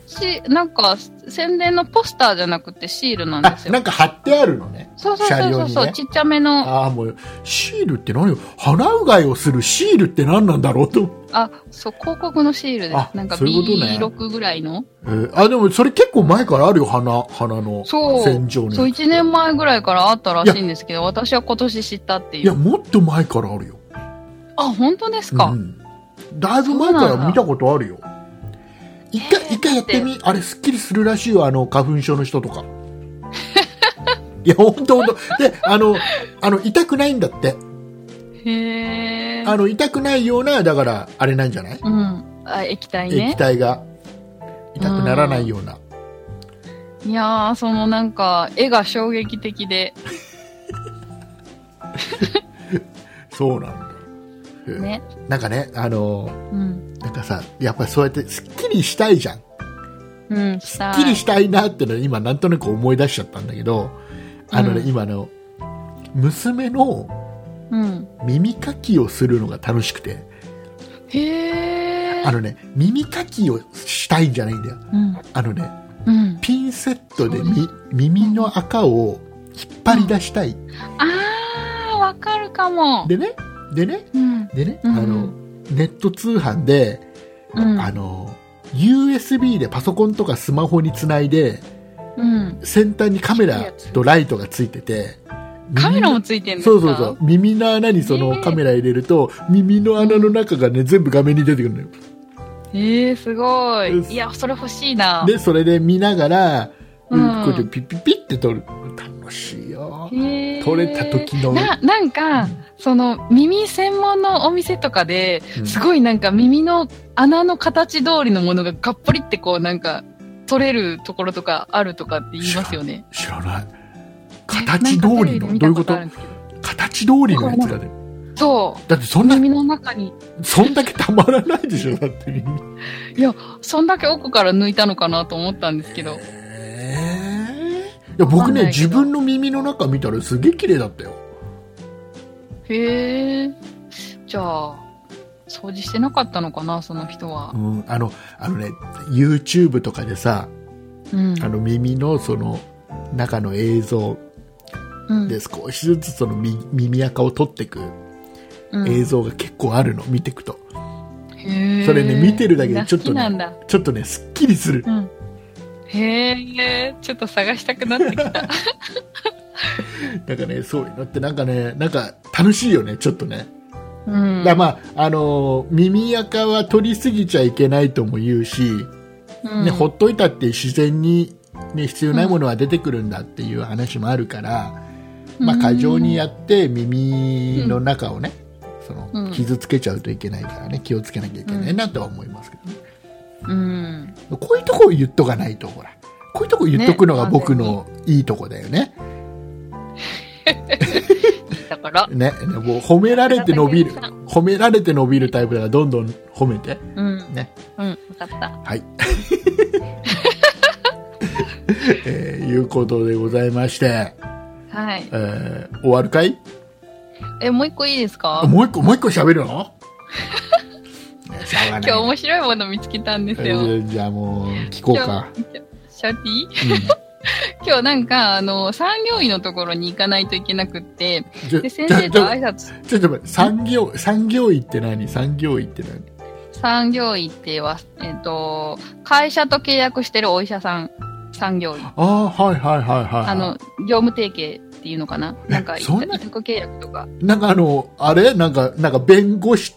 し、なんか宣伝のポスターじゃなくてシールなんあで、すなよ。んか貼ってあるのね。そうそうそうそう車両そう、にねちっちゃめのああ、もう、シールって何よ。鼻うがいをするシールって何なんだろうと。あ、そう、広告のシールであす。なんかそういうことね B6 ぐらいの。えーあ、でもそれ結構前からあるよ、鼻、鼻のそう洗浄のやつそう、1年前ぐらいからあったらしいんですけど、私は今年知ったっていいや、う。もっと前からあるよ。あ、本当ですか、うん、だいぶ前から見たことあるよ一回,、えー一回やってみあれすっきりするらしいよあの花粉症の人とか いや本当本当であのあの痛くないんだってへあー。の痛くないようなだからあれなんじゃない、うん。あ、液体液ね。体が痛くならないようないやー、そのなんか、絵が衝撃的で。そうなんだへーね。なんかねあのうん。なんかさやっぱりそうやってすっきりしたいじゃんうん、したすっきいりしたいなってのは今なんとなく思い出しちゃったんだけどあのね、うん今あの娘のうん。耳かきをするのが楽しくてへあー。のね耳かきをしたいんじゃないんだようん。あのねうん。ピンセットでみそう耳の赤を引っ張り出したい、あー、わかるかも。でねでねうん。でね、うんあのネット通販で、うん。あの USB でパソコンとかスマホにつないでうん。先端にカメラとライトがついててカメラもつついてるんですかそうそうそう。耳の穴にそねのえカメラ入れると、耳の穴の中がね、全部画面に出てくるのよ。えー、すごうっい。すいや、それ欲しいな。で、それで見ながら、うんこうやってピッピッピッって撮る。楽しいよ。へー撮れた時の。ななんかその耳専門のお店とかでうんすごいなんか耳の穴の形通りのものががっぽりってこうなんか取れるところとかあるとかって言いますよね知らない。形通りのえなんかテレビで見どうたいうことあるんですけど形通りのやつがね。そだってそんうな、耳の中にそんだけたまらないでしょ、だってみんな。そんだけ奥から抜いたのかなと思ったんですけどえーいや僕ねわかんないけ自ど分の耳の中見たらすげえ綺麗だったよへえじゃあ掃除してなかったのかなその人はうん、あの、あのね、YouTube とかでさ、うんあの耳のその中の映像うんで少しずつその耳耳垢を取っていくうん映像が結構あるの、見ていくと。へーそれね見てるだけでちょっとねみんな好きなんだちょっとね、すっきりする。 うんへえ、ちょっと探したくなってきた。なんかね、そういうのってなんかね、なんか楽しいよね、ちょっとね。うんだからまあ、あのー耳垢は取りすぎちゃいけないとも言うし、うんね、ほっといたって自然に、ね、必要ないものは出てくるんだっていう話もあるから、まあ、過剰にやって耳の中をね、そのうん傷つけちゃうといけないからね気をつけなきゃいけないなとは思いますけど、ねうん。こういうとこを言っとかないとほらこういうとこ言っとくのがね僕のいいとこだよねだから、ねもう褒められて伸 びるありがと褒められて伸びるタイプだからどんどん褒めてうん。ねうん、わかった。 はいえーいうことでございまして、はい。えー終わるかいえ、もう一個いいですかあもう一個もう一個喋るのね しょうがない今日面白いもの見つけたんですえよ。ーじゃあもう聞こうか。シャーティー うん今日なんか、あの、産業医のところに行かないといけなくって、じゃで、先じゃ生とじゃ挨拶、ちょっと待って、産業、産業医って何産業医って何産業医っては、えっ、と、会社と契約してるお医者さん、産業医。ああ、はいはいはいはい。あの、業務提携っていうのかなえなんか、委そんな託契約とか。なんかあの、あれなんか、なんか弁護士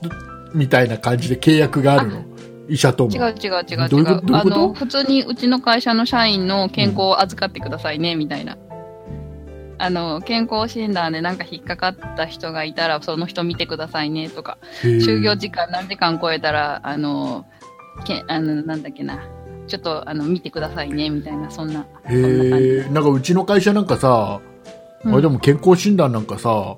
みたいな感じで契約があるの医者とも。違う違う違う違う。どういうことどういうあことの、普通にうちの会社の社員の健康を預かってくださいね、みたいな。あの、健康診断でなんか引っかかった人がいたら、その人見てくださいね、とか。へー就業時間何時間超えたら、あの、けあのなんだっけな。ちょっと、あの、見てくださいね、みたいな、そんな。へえ、なんかうちの会社なんかさ、うんあれでも健康診断なんかさ、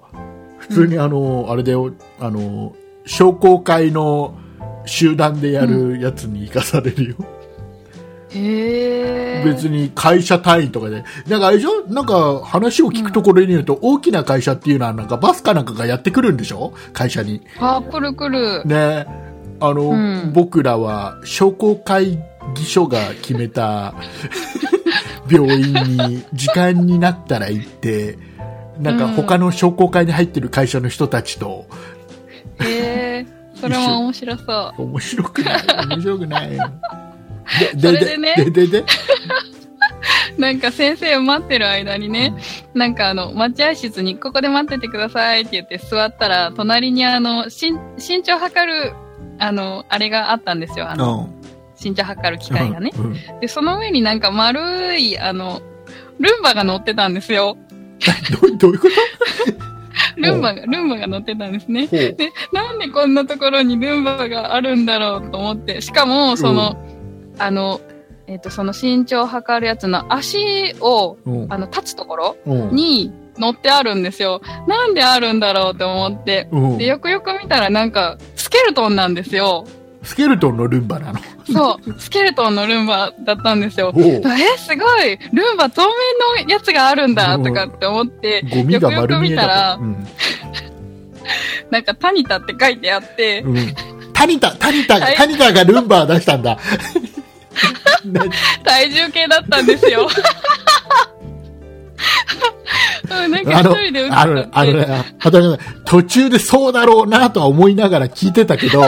普通にあの、あれだよ、あの、商工会の集団でやるやつに生かされるよ。へえ。別に会社単位とかで。なんかあれでしょなんか話を聞くところによると、大きな会社っていうのはなんかバスかなんかがやってくるんでしょ会社に。あ、くるくる。ね。あの、うん僕らは商工会議所が決 めた病院に時間になったら行って、なんか他の商工会に入ってる会社の人たちと、へ え。それも面白そう。面白くない面白くないそれでねで、で、で、なんか先生を待ってる間にね、なんかあの、待合室にここで待っててくださいって言って座ったら、隣にあの、身身長測る、あの、あれがあったんですよ。あうの、ん。身長測る機械がね。うん。で、その上になんか丸い、あの、ルンバが乗ってたんですよ。どうどういうことルンバが、ルンバが乗ってたんですね。ほうで、なんでこんなところにルンバがあるんだろうと思って、しかも、その、あの、えっ、と、その身長測るやつの足を、うんあの、立つところうんに乗ってあるんですよ。なんであるんだろうって思って。うんで、よくよく見たらなんか、スケルトンなんですよ。スケルトンのルンバなの。 そう、スケルトンのルンバだったんですよ。おうえ、すごいルンバ透明のやつがあるんだとかって思って、ゴミが丸見えだよと。うんなんかタニタって書いてあって、うん。タニタ、タニタ、はいタニタがルンバを出したんだ。な体重計だったんです よ。うんなんかあの一人で打っ、あのて、あのね、畑中さん途中でそうだろうなとは思いながら聞いてたけ ど、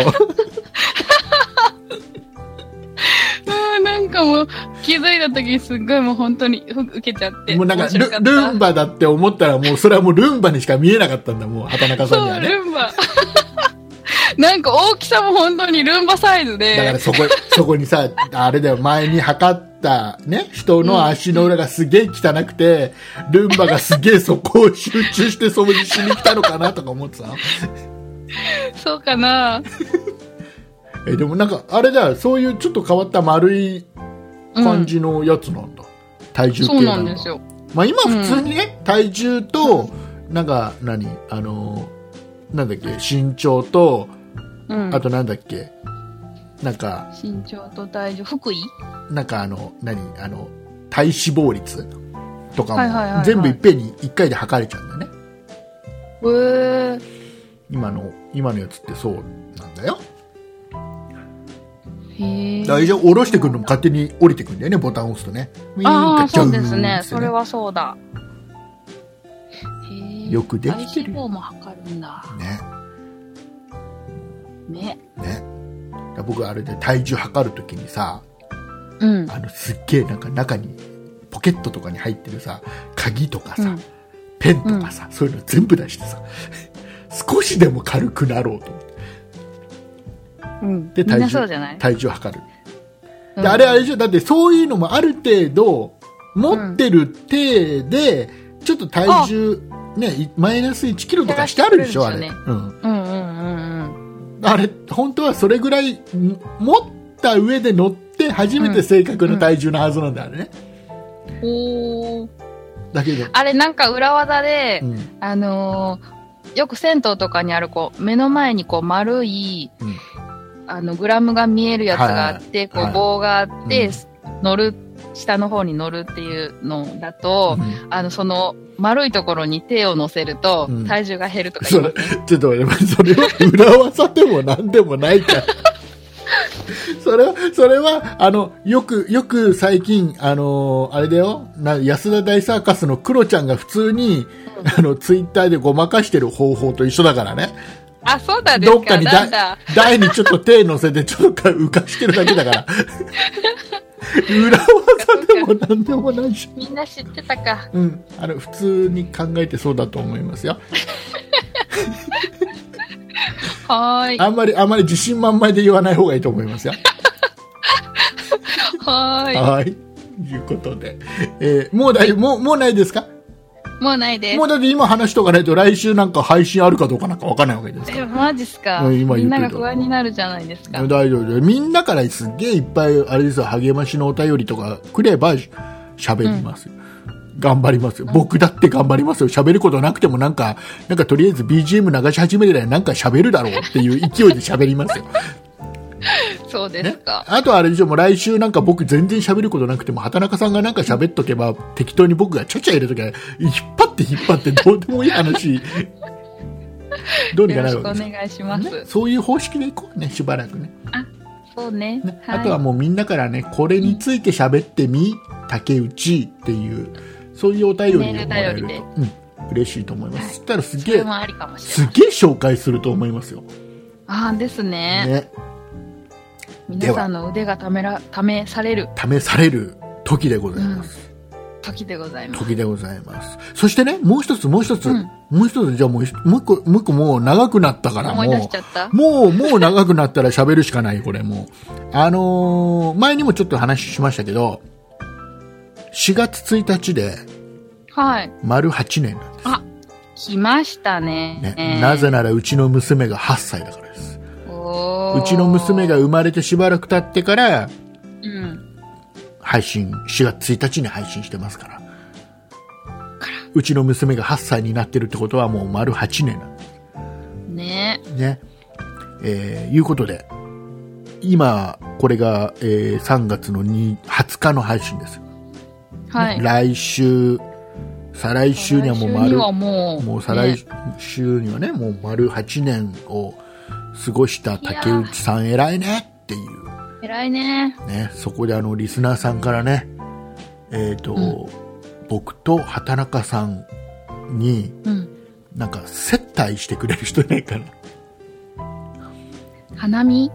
うんなんかもう気づいた時すっごいもう本当にふ受けちゃって。もうなんか面白ルかったルンバだって 思ったらもうそれはもうルンバにしか見えなかったんだ、もう畑中さんにそはう、ね。ルンバ。なんか大きさも本当にルンバサイズだからで、そこ、そこにさ、あれだよ、前に測ったね、人の足の裏がすげえ汚くて、ルンバがすげえそこを集中して掃除しに来たのかなとか思ってさ。そうかな。え、でもなんか、あれだよ、そういうちょっと変わった丸いうん感じのやつなんだ。体重計そうだなんですよ。まあ今普通にね、体重と、なんか何、あのー、なんだっけ、身長と、うん。あとなんだっけ、なんか、身長と体重、福井なんかあの、何、あの、体脂肪率とかはいはいはいはも、い全部いっぺんに一回で測れちゃうんだよね。へー今の、今のやつってそうなんだよ。へえ。だから以上、下ろしてくるのも勝手に降りてくるんだよね、ボタンを押すとね。ウィーンああ、ガチャそンうですってね。それはそうだ。へーよくできてる体脂肪も測るんだ。ね。ね。ね。だから僕あれで体重測るときにさ、うん。あの、すっげえなんか中に、ポケットとかに入ってるさ、鍵とかさ、うんペンとかさ、そういうの全部出してさ、 少しでも軽くなろうと思って。うん。でみ体んな重そうじゃない体重を測る。うでんあれあれでしょだってそういうのもある程度持ってる体で、ちょっと体重、ね、いマイナス1キロとかしてあるでしょあ減らしてれ、くれるうん、うんうんうんあれ本当はそれぐらいん持った上で乗って初めて正確な体重のはずなんだよね、うん。おー。だけど、あれなんか裏技で、うんあのーよく銭湯とかにあるこう目の前にこう丸い、うんあのグラムが見えるやつがあって、はいはこいう棒があって、うん乗る下の方に乗るっていうのだと、うんあのその丸いところに手を乗せると、うん体重が減るとかそ言いまれすねちょっと待ってそれは裏技でも何でもな いからそれはそれはあのよくよく最近あのあれだよな安田大サーカスのクロちゃんが普通にあのツイッターでごまかしてる方法と一緒だからねあそうだですかどっかにだなんだ台にちょっと手乗せてちょっと浮かしてるだけだから 裏技でも何でもないし、みんな知ってたかうん、あの普通に考えてそうだと思いますよはーいあんまりあんまり自信満々で言わない方がいいと思いますよはーいはい。いうことで。えーもうだい、もう、もうないですかもうないですもうだって今話しとかないと来週なんか配信あるかどうかなんかわかんないわけですかえマジっすかうん今み言んっといた。なが不安になるじゃないですから大丈夫です。みんなからすっげえいっぱい、あれですよ、励ましのお便りとかくればし喋りますよ。頑張りますよ。僕だって頑張りますよ。喋ることなくてもなんか、なんかとりあえず BGM 流し始めたらなんか喋るだろうっていう勢いで喋りますよ。そうですかあとあれでしょ、もう来週なんか僕全然喋ることなくても、畑中さんがなんか喋っとけば、適当に僕がちゃちゃ入れときゃ、引っ張って引っ張ってどうでもい い話、どうによろかなしるくおわけです願いします、ね、そういう方式でいこうね、しばらくね。そうねねはい、あとはもうみんなからね、これについて喋ってみ、竹内っていう、そういうお便りをもらえると、メールうん、嬉しいと思います。はいそしたらすそげれえ、もありかもしれすない。げえ紹介すると思いますよ。ああ、ですねね、皆さんの腕がためら、試される試される時でございます。時でございます。時でございます。そしてね、もう一つ、もう一つ、うんもう一つ、じゃあもう一、もう一個、もう一個もう長くなったから、も思い出しうちゃ、ったもう、もう長くなったら喋るしかない、これもう。あのー前にもちょっと話しましたけど、4月1日ではい。丸8年なんであ、来ましたね。すね。なぜならうちの娘が8歳だからです。おうーちの娘が、生まれてしばらく経ってから、うん。配信、4月1日に配信してますから。うちの娘が8歳になってるってことはもう丸8年なんですねね。えーいうことで、今、これが、えー3月の2 20日の配信です。はい。来週、再来週にはもう来週丸、にはもう、もう再来ね週にはね、もう丸8年を過ごした竹内さん偉いねっていう偉いね。ね、そこであの、リスナーさんからね、えっ、と、うん僕と畑中さんに、うん。なんか接待してくれる人いないかな。花見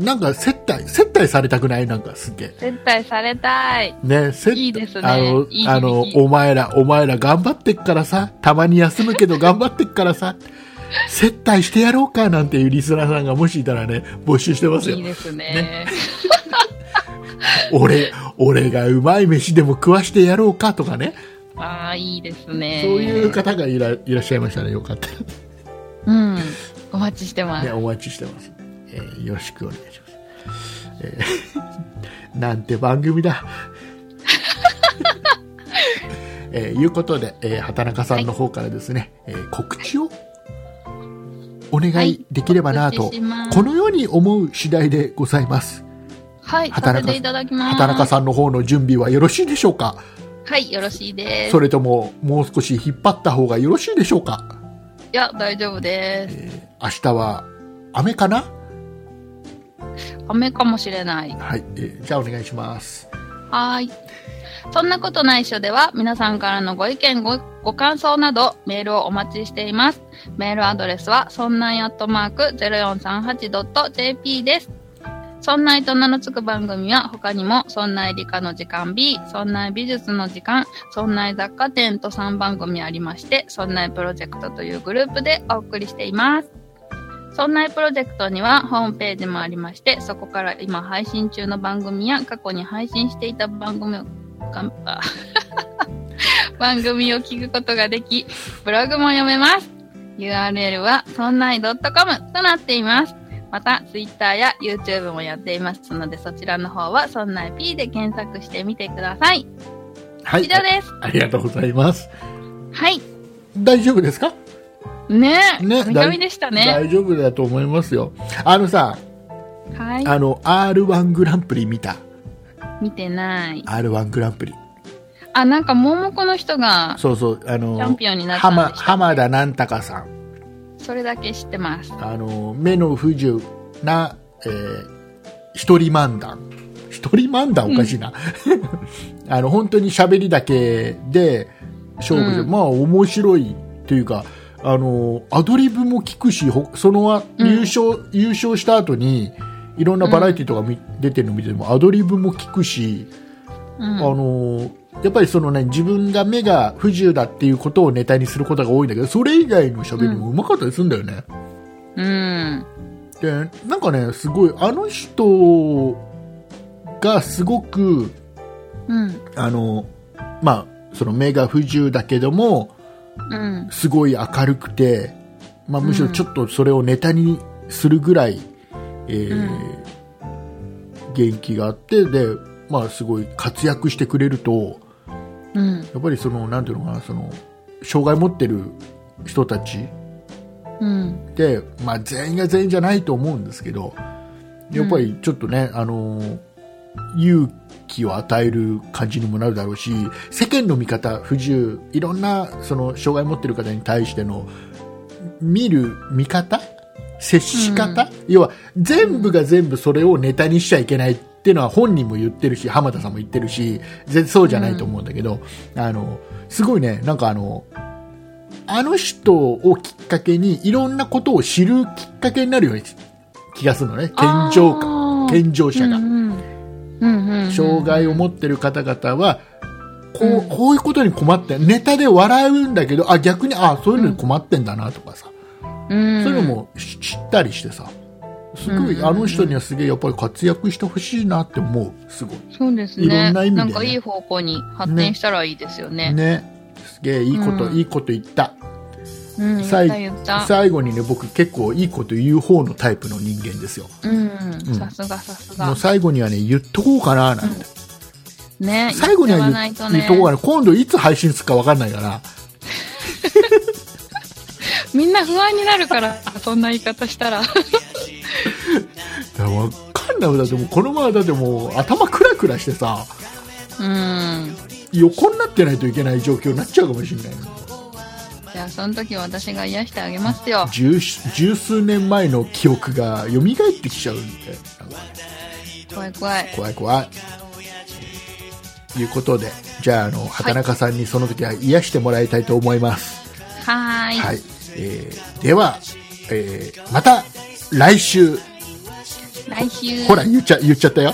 なんか接待、接待されたくないなんかすげえ。接待されたい。ね、接いいですねあの、いい響き あの、お前ら、お前ら頑張ってっからさ、たまに休むけど頑張ってっからさ、接待してやろうかなんていうリスナーさんがもしいたらね、募集してますよいい。ですね俺、俺がうまい飯でも食わしてやろうかとかね、ああいいですねそういう方がいらいらっしゃいましたね。よかったうんお待ちしてまね、すお待ちしてます、えーよろしくお願いします、えー なんて番組だ えーいうことで、えー畑中さんの方からですね、えー告知をお願いできればなと、告知しますこのように思う次第でございますはいさ畑せ中ていただきます畑中さんの方の準備はよろしいでしょうかはいよろしいですそれとももう少し引っ張った方がよろしいでしょうかいや大丈夫です明日は雨かな雨かもしれないはい、えーじゃあお願いしますはーい。そんなことないっしょでは、皆さんからのご意見ご、ご感想など、メールをお待ちしています。メールアドレスは、そんないアットマーク 0438.jp です。そんないと名の付く番組は、他にも、そんない理科の時間 B、そんない美術の時間、そんない雑貨店と3番組ありまして、そんないプロジェクトというグループでお送りしています。そんないプロジェクトにはホームページもありまして、そこから今配信中の番組や過去に配信していた番組を、がんあ 番組を聞くことができ、ブログも読めます。URL はそんない .com となっています。また、Twitter や YouTube もやっていますので、そちらの方はそんない P で検索してみてください。は以い上です。ありがとうございますはい。大丈夫ですかねえ。ねね見た目でしたね。大丈夫だと思いますよあのさはい。あの r 1グランプリ見た見てない。 r 1グランプリあ、なんか盲目の人が、そうそうあのチャンピオンになったんで浜したっけ浜田なんたかさんそれだけ知ってます。あの目の不自由な、えー一人漫談一人漫談おかしいな、 あの本当に喋りだけで勝負で、うんまあ面白いというかあのアドリブも聞くしほそのあうん優勝、優勝した後にいろんなバラエティとか見、出てるの見ててもアドリブも聞くし、うんあのやっぱりそのね自分が目が不自由だっていうことをネタにすることが多いんだけどそれ以外の喋りもうまかったりするんだよね、うん。でなんかねすごいあの人がすごくうん。あのまあその目が不自由だけどもうん。すごい明るくて、まあ、むしろうんちょっとそれをネタにするぐらい、えー元気があってで、まあ、すごい活躍してくれるとうん。やっぱりそのなんていうのかなその障害持ってる人たちうん。で、まあ、全員が全員じゃないと思うんですけどやっぱりちょっとね、あのー勇気を与える感じにもなるだろうし世間の見方不自由いろんなその障害を持ってる方に対しての見る見方接し方、要は全部が全部それをネタにしちゃいけないっていうのは本人も言ってるし浜田さんも言ってるし全そうじゃないと思うんだけど、あのすごいねなんかあのあの人をきっかけにいろんなことを知るきっかけになるような気がするのね健常感感健常者が、うんうん。うん。障害をっ持ってる方々はこう,、うんこういうことに困ってネタで笑うんだけどあ逆にあそういうのに困ってんだなとかさ、て、うん、そういうのも知知ったりしてさすごういんあの人にはすげえやっぱり活躍してほしいなって思うすごいそうですね。いろんな意味でねんかいい方向に発展したらいいですよね。ねすげえいいこと、うんいいこと言ったうん。言った言った。最後にね僕結構いいこと言う方のタイプの人間ですようん。さすがさすもがう。最後にはね言っとこうかななんて、ね。最後には言言っっちゃわないと言ねっとこうかな今度いつ配信するか分かんないからみんな不安になるから、そんな言い方したら。いやわかんないだってもうこのままだってもう頭クラクラしてさうん。横になってないといけない状況になっちゃうかもしれないのじゃあ、その時私が癒してあげますよ。十十数年前の記憶が蘇ってきちゃうんでなんか怖い怖い。怖い怖いということでじゃああの畑中さんにその時は癒してもらいたいと思います、はーい。はいえーでは、えーまた来週来週。ほら言っちゃ言っちゃったよ、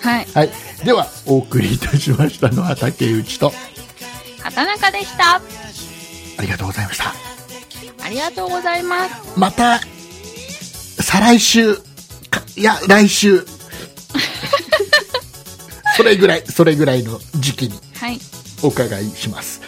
はい。はい、ではお送りいたしましたのは竹内と畑中でした。ありがとうございましたあありがとうございます。また、再来週、かいや、来週。それぐらい、それぐらいの時期にはい。お伺いします。